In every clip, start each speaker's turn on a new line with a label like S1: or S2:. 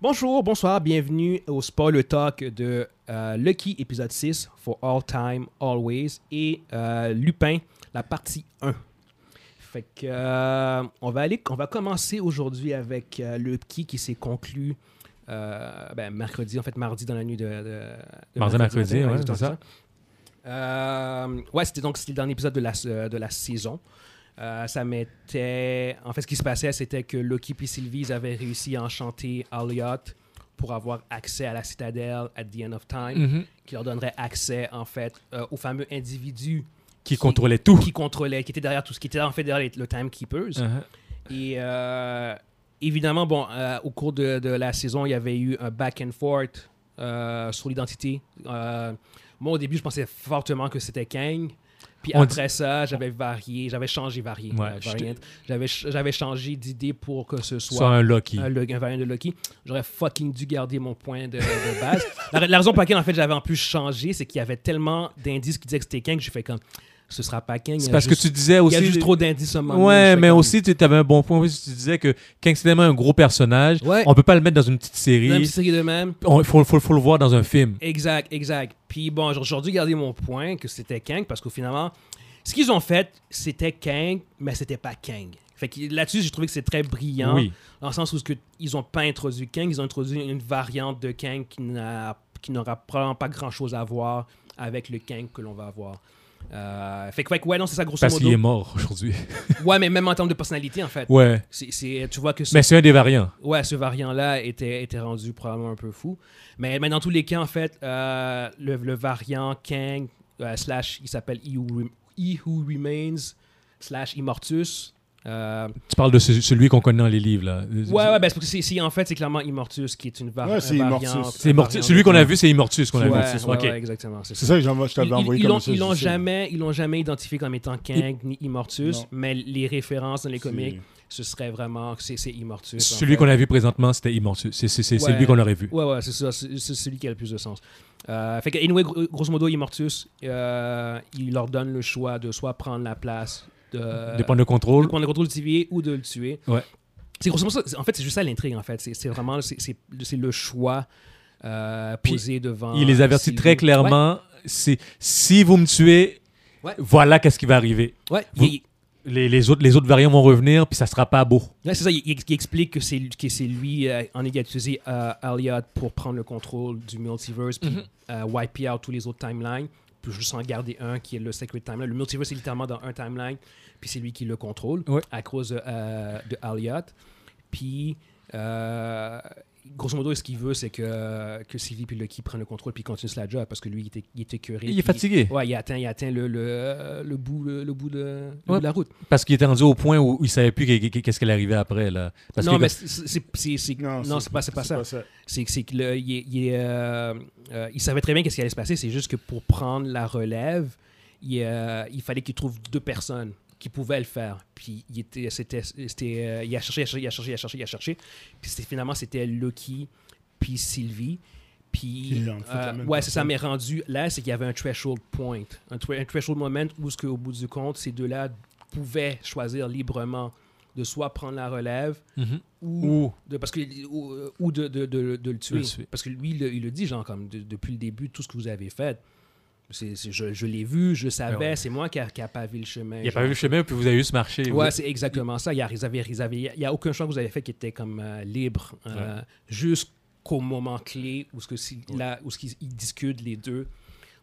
S1: Bonjour, bonsoir, bienvenue au Spoiler Talk de euh, Lucky épisode 6, For All Time, Always, et euh, Lupin, la partie 1. Fait que, euh, on, va aller, on va commencer aujourd'hui avec euh, Lucky qui s'est conclu euh, ben, mercredi, en fait mardi dans la nuit de. de- de
S2: Mardi, mercredi,
S1: matin,
S2: ouais,
S1: tout
S2: c'est ça.
S1: Euh, ouais, c'était donc c'était le dernier épisode de la, euh, de la saison. Euh, ça mettait. En fait, ce qui se passait, c'était que Loki et Sylvie ils avaient réussi à enchanter Elliot pour avoir accès à la citadelle at the end of time,
S2: Mm.
S1: qui leur donnerait accès, en fait, euh, au fameux individu
S2: Qui contrôlait tout.
S1: qui contrôlait, qui était derrière tout ce qui était en fait derrière les- le Timekeepers.
S2: Uh-huh.
S1: Et euh, évidemment, bon, euh, au cours de, de la saison, il y avait eu un back and forth euh, sur l'identité. Euh, moi, au début, je pensais fortement que c'était Kang. Puis
S2: On
S1: après ça, j'avais varié, j'avais changé, varié.
S2: Ouais,
S1: euh,
S2: je te-
S1: variant. J'avais ch- j'avais changé d'idée pour que ce Uh-huh. soit
S2: Soit un Loki.
S1: un, Lo- un variant de Loki, j'aurais fucking dû garder mon point de, de base. la, la raison pour laquelle, en fait, j'avais en plus changé, c'est qu'il y avait tellement d'indices qui disaient que c'était Kang, j'ai fait comme, ce sera pas Kang. il y
S2: C'est
S1: a
S2: parce
S1: euh, juste-
S2: que tu disais
S1: Il y
S2: aussi.
S1: a juste trop d'indices à un moment donné. Je
S2: Ouais,
S1: fais
S2: mais
S1: comme-
S2: aussi, tu avais un bon point. parce que Tu disais que Kang, c'est tellement un gros personnage.
S1: Ouais.
S2: On peut pas le mettre dans une petite
S1: Dans une
S2: série.
S1: petite série de même.
S2: Il faut, faut- faut le voir dans un film.
S1: Exact, exact. Puis bon, j'ai aujourd'hui gardé mon point que c'était Kang parce qu'au finalement, ce qu'ils ont fait, c'était Kang, mais c'était pas Kang. Fait que là-dessus, j'ai trouvé que c'est très brillant.
S2: Oui.
S1: Dans le sens où ce que, ils ont pas introduit Kang, ils ont introduit une variante de Kang qui, n'a, qui n'aura probablement pas grand-chose à voir avec le Kang que l'on va avoir. Euh, fait que, fait que, ouais, non, c'est ça grosso
S2: Parce
S1: modo.
S2: qu'il est mort aujourd'hui.
S1: Ouais, mais même en termes de personnalité, en fait.
S2: Ouais.
S1: C'est, c'est- tu vois que ce
S2: Mais c'est un des variants.
S1: Ouais, ce variant-là était, était rendu probablement un peu fou. Mais, mais dans tous les cas, en fait, euh, le, le variant Kang, euh, slash, il s'appelle He, Who Rem- He Who Remains, slash Immortus. Euh,
S2: Tu parles de ce- celui qu'on connaît dans les livres. là.
S1: ouais, ouais, ben, c'est parce que c'est- c'est- en fait, c'est clairement Immortus qui est une var-
S3: Ouais,
S1: un
S3: c'est
S1: variant-
S3: Immortus.
S1: un
S2: C'est Immortus.
S1: variant
S2: Celui
S1: de-
S2: qu'on a vu, c'est Immortus qu'on
S1: Ouais,
S2: a vu.
S1: ouais,
S2: Ok.
S1: ouais, exactement. C'est
S3: C'est
S1: ça.
S3: ça que j'en- je
S1: Ils
S3: t'avais envoyé
S1: ils
S3: comme
S1: l'ont-
S3: ça.
S1: ils l'ont
S3: je sais.
S1: jamais, ils l'ont jamais identifié comme étant Kang ni Immortus,
S3: Non.
S1: mais les références dans les
S3: C'est-
S1: comics, ce serait vraiment c'est c'est Immortus. en
S2: Celui
S1: fait.
S2: qu'on a vu présentement, c'était Immortus. C'est c'est- c'est- c'est
S1: Ouais.
S2: lui qu'on aurait vu.
S1: Ouais, ouais, c'est ça. C'est c'est celui qui a le plus de sens. Euh, fait que, anyway, gro- grosso modo, Immortus, euh, il leur donne le choix de soit prendre la place de,
S2: De prendre le contrôle.
S1: de prendre le contrôle du TVA ou de le tuer.
S2: Ouais.
S1: C'est grosso modo ça. En fait, c'est juste ça l'intrigue, en fait. C'est c'est vraiment c'est- c'est c'est le choix euh,
S2: Puis,
S1: posé devant.
S2: Il les avertit
S1: Sylvie.
S2: très clairement. c'est Si vous me tuez,
S1: Ouais.
S2: voilà qu'est-ce qui va arriver.
S1: Ouais, ouais.
S2: Vous-
S1: Il- il-
S2: les, les autres, les autres variants vont revenir, puis ça sera pas beau.
S1: ouais, c'est ça. Il, il- il explique que c'est que c'est lui, euh, en ayant utilisé euh, Elliot pour prendre le contrôle du multiverse, puis
S2: Mm-hmm.
S1: euh, wiper out tous les autres timelines, puis juste en garder un qui est le Sacred Timeline. Le multiverse est littéralement dans un timeline, puis c'est lui qui le contrôle
S2: Ouais.
S1: à cause de, euh, de Elliot. Puis, euh, grosso modo, ce qu'il veut, c'est que, que Sylvie puis Lucky prennent le contrôle puis continuent la job parce que lui, il était, il était curé.
S2: Il
S1: puis-
S2: est fatigué
S1: Ouais, il atteint, il atteint le, le, euh, le bout, le, le bout de, le bout
S2: Ouais.
S1: de la route.
S2: parce qu'il était rendu au point où il savait plus qu'est- qu'est- qu'est-ce qu'elle arrivait après là. Parce
S1: non,
S2: que
S1: mais c'est- c'est- c'est c'est-
S3: Non,
S1: non, c'est pas, c'est pas ça.
S3: ça.
S1: C'est c'est que le- il, est- il est, euh, euh, il savait très bien qu'est-ce qui allait se passer. C'est juste que pour prendre la relève, il, euh, il fallait qu'il trouve deux personnes qui pouvaient le faire. Puis il était, c'était, c'était, euh, il a cherché, il a cherché, il a cherché, il a cherché, il a cherché. Puis c'était- finalement c'était Loki puis Sylvie. Puis,
S3: Puis, en fait, la
S1: euh,
S3: même
S1: ouais, c'est ça,
S3: personne.
S1: mais rendu là, c'est qu'il y avait un threshold point, un, thre- un threshold moment où, ce que, au bout du compte, ces deux-là pouvaient choisir librement de soit prendre la relève
S2: Mhm.
S1: ou
S2: Ou-
S1: de, parce que, ou, euh, ou de, de, de- de le tuer.
S2: le tuer.
S1: Parce que lui, il, le- il le dit, genre, comme de- depuis le début, tout ce que vous avez fait, c'est c'est- je, je l'ai vu, je savais,
S2: Ah ouais.
S1: c'est moi qui a, qui a pavé le chemin.
S2: il a
S1: genre.
S2: pas vu le chemin, puis vous avez eu ce marché.
S1: Ouais, c'est exactement ça. Il n'y a, ils avaient- ils avaient- il y a aucun choix que vous avez fait qui était comme euh, libre euh, jusqu'au moment clé où, ce que si- là, où ce qu'ils- ils discutent les deux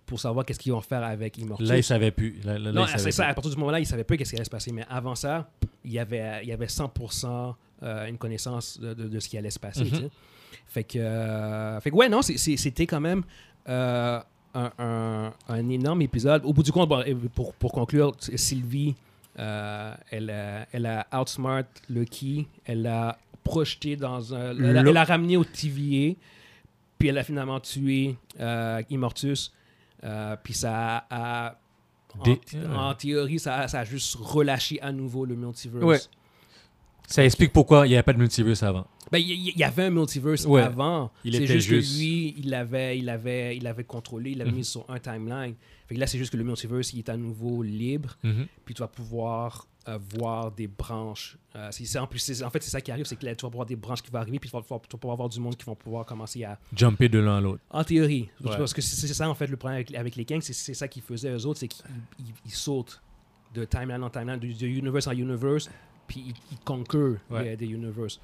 S1: pour savoir qu'est-ce qu'ils vont faire avec Immortus.
S2: Là, il savait plus. Là, là, là,
S1: Non,
S2: il savait
S1: c'est ça.
S2: plus.
S1: À partir du moment-là, il savait pas qu'est-ce qui allait se passer. Mais avant ça, il y avait, il y avait 100% euh, une connaissance de, de- de ce qui allait se passer.
S2: Mhm.
S1: tu sais. Fait que, euh, fait que ouais, non, c'est- c'est- c'était quand même euh, un, un- un énorme épisode. Au bout du compte, bon, et pour, pour conclure, Sylvie, euh, elle, a- elle a outsmart Lucky, elle l'a projeté dans un. Elle a,
S2: Le-
S1: elle a ramené au TVA, puis elle a finalement tué euh, Immortus, euh, puis ça a. a- en,
S2: Des-
S1: en théorie, ça, a- ça a juste relâché à nouveau le multiverse.
S2: Ouais. Ça explique pourquoi il n'y avait pas de multiverse avant.
S1: Ben, il y, y- y avait un multiverse
S2: Ouais.
S1: avant.
S2: Il
S1: c'est
S2: était
S1: juste,
S2: juste-
S1: que lui, il l'avait il avait, il avait contrôlé, il l'avait
S2: Mhm.
S1: mis sur un timeline. Fait que là, c'est juste que le multiverse, il est à nouveau libre.
S2: Mhm.
S1: Puis tu vas pouvoir euh, voir des branches. Euh, c'est, c'est- en, plus, c'est- en fait, c'est ça qui arrive, c'est que là, tu vas voir des branches qui vont arriver, puis tu vas, pouvoir- tu vas pouvoir voir du monde qui vont pouvoir commencer à...
S2: Jumper de l'un à l'autre.
S1: En théorie.
S2: Ouais.
S1: Parce que c'est, c'est ça, en fait, le problème avec, avec les gangs, c'est, c'est ça qu'ils faisaient eux autres, c'est qu'ils ils- ils sautent de timeline en timeline, de, de universe en universe, puis ils, ils conquerent des,
S2: Ouais.
S1: des universes.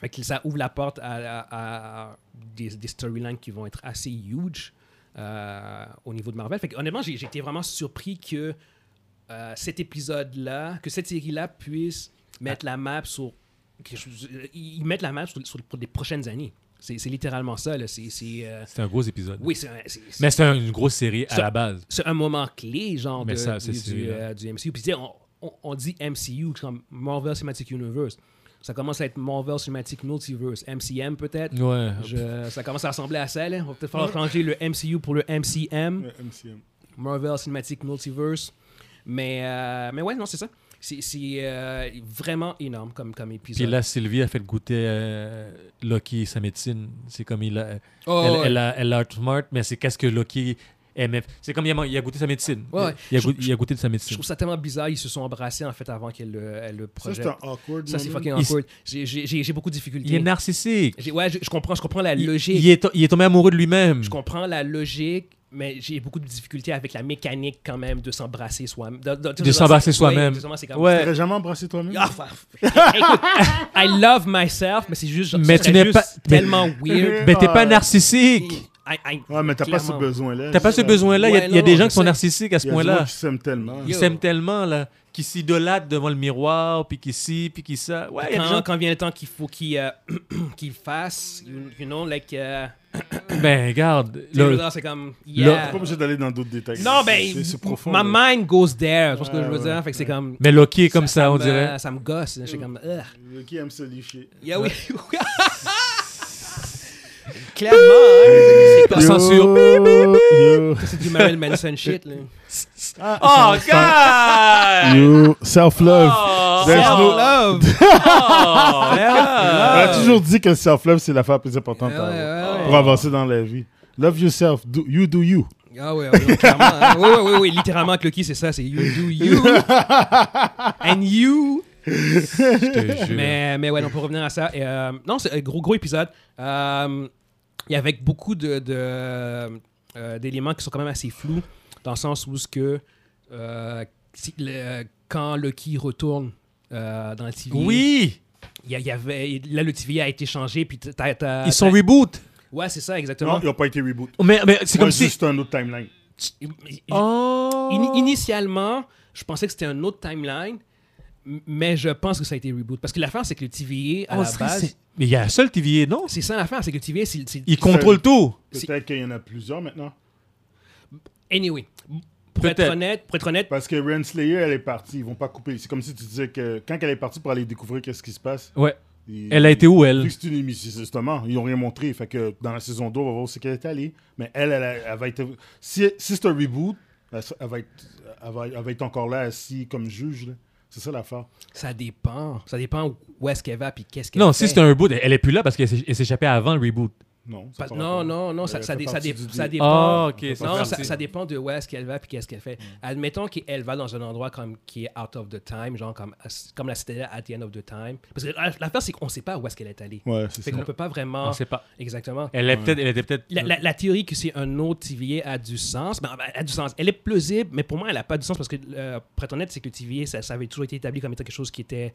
S1: Fait que ça ouvre la porte à, à- à des, des storylines qui vont être assez huge euh, au niveau de Marvel. Fait que, honnêtement, j'ai, j'étais vraiment surpris que euh, cet épisode-là, que cette série-là puisse mettre
S2: Ah.
S1: la map sur. que je- Ils mettent la map sur, sur- pour les prochaines années. C'est, c'est littéralement ça. Là. C'est, c'est, euh,
S2: C'est un gros épisode.
S1: oui, c'est, un- c'est- c'est-
S2: Mais c'est un- une grosse série à
S1: Ça-
S2: la base.
S1: c'est un moment clé, genre,
S2: Mais
S1: de-
S2: ça,
S1: du,
S2: c'est sûr,
S1: du,
S2: là.
S1: euh, du MCU. Puis, tu sais, on, on- on dit MCU comme Marvel Cinematic Universe. Ça commence à être Marvel Cinematic Multiverse, MCM peut-être.
S2: Ouais.
S1: Je- ça commence à ressembler à ça. Là. On va peut-être falloir changer le MCU pour le MCM,
S3: Ouais, MCM.
S1: Marvel Cinematic Multiverse. Mais, euh, mais ouais, non, c'est ça. C'est c'est, euh, vraiment énorme comme, comme
S2: Puis
S1: épisode.
S2: là, Sylvie a fait goûter euh, Loki sa médecine. C'est comme il a.
S1: Oh,
S2: elle,
S1: ouais.
S2: elle a, elle a outsmart, mais c'est qu'est-ce que Loki aimait. C'est comme il a, il a goûté sa médecine.
S1: Ouais, ouais.
S2: Il, a
S1: Je-
S2: goûté, il a goûté de sa
S1: Je
S2: médecine.
S1: trouve ça tellement bizarre. Ils se sont embrassés en fait avant qu'elle le, elle le
S3: Ça,
S1: projette.
S3: c'est un awkward.
S1: Ça, c'est
S3: moment.
S1: fucking
S2: Il s-
S1: awkward. J'ai- J'ai j'ai- j'ai beaucoup de difficultés.
S2: Il est narcissique.
S1: J'ai- Ouais, je, je comprends, je comprends la
S2: Il,
S1: logique.
S2: il est, to- il est tombé amoureux de lui-même.
S1: Je comprends la logique, mais j'ai beaucoup de difficultés avec la mécanique quand même de s'embrasser soi-même. De,
S2: De s'embrasser
S1: ouais,
S2: soi-même.
S1: de s'embrasser comme-
S2: Ouais.
S3: T'aurais jamais embrassé toi-même
S1: Ah, fa- écoute, I love myself, mais c'est juste,
S2: Mais
S1: ce
S2: tu
S1: serait
S2: n'es
S1: juste
S2: pas- mais-
S1: tellement weird. Mm.
S2: Mais t'es pas
S3: Ah.
S2: narcissique.
S1: I- I-
S3: Ouais, mais t'as pas ce
S1: clairement.
S3: besoin-là.
S2: T'as pas ce besoin-là. Il y a-
S1: Ouais,
S2: il y a
S1: non,
S2: des
S1: non,
S2: gens
S1: je
S2: qui sont
S1: sais.
S2: narcissiques à ce
S3: Il y a des gens
S2: point-là.
S3: qui s'aiment tellement.
S2: Ils
S1: Yo.
S2: s'aiment tellement, là. Qui s'idolâtrent devant le miroir, puis qui ci, puis qui ça. Ouais, il y a des gens
S1: Quand, quand vient le temps qu'il faut qu'il euh, qu'il fasse, you, you know, like. euh,
S2: Ben, regarde.
S1: tu sais, je veux
S2: là,
S1: dire, c'est comme.
S3: T'es
S1: Yeah.
S3: pas obligé d'aller dans d'autres détails.
S1: Non,
S3: C'est-
S1: ben,
S3: c'est- C'est profond.
S1: my
S3: là.
S1: mind goes there. C'est ce que
S3: Ouais,
S1: je veux
S3: ouais, Mm.
S1: dire. Fait que c'est comme.
S2: mais Loki est comme ça, on
S1: me-
S2: dirait.
S1: Ça me gosse. Je suis comme. Ugh.
S3: Qui aime se licher
S1: Yeah, oui. Clairement, hein, c'est
S2: La
S1: comme ça.
S2: censure.
S3: Yo,
S1: C'est du Marilyn Manson shit. Là.
S2: Oh, God!
S3: yo, self-love.
S2: Oh,
S3: There's no-
S2: oh,
S1: love.
S3: On
S2: God.
S3: a toujours dit que le self-love, c'est l'affaire plus importante
S1: Ouais,
S3: à avoir
S1: ouais, ouais.
S3: pour avancer dans la vie. Love yourself. Do- you do you.
S1: Ah ouais, ouais, ouais, clairement. hein. Ouais, ouais, ouais, ouais, littéralement, Clocky, c'est ça. C'est you do you. And you.
S2: Je te jure.
S1: Mais, mais ouais, donc pour revenir à ça. et, euh, non, c'est un gros, gros épisode. Euh, Il y avait beaucoup de, de, euh, d'éléments qui sont quand même assez flous, dans le sens où ce que, euh, si- le- quand Lucky retourne euh, dans le TV,
S2: Oui!
S1: il y, a- il y avait, là, le TVA a été changé, puis t'as... t'as-
S2: Ils sont
S1: t'as-
S2: reboot.
S1: Ouais, c'est ça,
S3: Non,
S1: exactement.
S3: ils n'ont pas été reboot.
S2: Mais, mais c'est
S3: C'est
S2: comme si.
S3: juste un autre timeline.
S1: Il-
S2: Oh!
S1: Ini- initialement, je pensais que c'était un autre timeline, m- mais je pense que ça a été reboot. Parce que l'affaire, c'est que le TVA, à
S2: Oh,
S1: la
S2: c'est-
S1: base...
S2: c'est- Mais il y a un seul TVA, non?
S1: C'est ça l'affaire, c'est que le TVA, c'est... c'est-
S2: Il contrôle tout.
S1: C'est-
S3: Peut-être qu'il y en a plusieurs maintenant.
S1: Anyway, pour
S2: Peut-être.
S1: être honnête, pour être honnête,
S3: Parce que Renslayer, elle est partie. Ils vont pas couper. C'est comme si tu disais que quand elle est partie pour aller découvrir qu'est-ce qui se passe.
S2: Ouais.
S3: ils-
S2: Elle a été où,
S3: Vu
S2: elle?
S3: que c'est une émission, justement, ils n'ont rien montré. Fait que dans la saison 2, on va voir ce qu'elle est allée. Mais elle, elle, elle va être. Si, si c'est un reboot, elle, se- elle va être, elle, va, elle va être encore là, assise comme juge. là. C'est ça l'affaire.
S1: ça dépend. Ça dépend où est-ce qu'elle va, puis qu'est-ce qu'elle
S2: Non,
S1: fait.
S2: si c'est un reboot, elle elle est plus là parce qu'elle s'est elle s'échappait avant le reboot.
S3: Non. ça
S1: Pas-
S3: parle
S1: non,
S3: pas.
S1: non, non, ça,
S3: Elle
S1: ça,
S3: fait
S1: dé- ça,
S3: partie
S1: dé-
S3: du
S1: ça
S3: deal.
S1: dépend.
S2: Ah, ok. c'est
S1: Non,
S2: parti.
S1: ça, ça dépend de où est-ce qu'elle va puis qu'est-ce qu'elle fait.
S2: Hmm.
S1: Admettons qu'elle va dans un endroit comme, qui est out of the time, genre comme, comme la citadelle at the end of the time. Parce que la- l'affaire, c'est qu'on ne sait pas où est-ce qu'elle est allée.
S3: Ouais, c'est
S1: Fait
S3: ça.
S1: qu'on peut pas
S2: On
S1: vraiment.
S2: ne sait pas.
S1: Exactement.
S2: Elle, est peut-être- elle était peut-être.
S3: Mm.
S1: La, la- la théorie que c'est un autre TVA a du sens. Ben, ben, elle a du sens. Elle est plausible, mais pour moi, elle n'a pas du sens parce que, euh, pour être honnête, c'est que le TVA, ça, ça avait toujours été établi comme étant quelque chose qui était.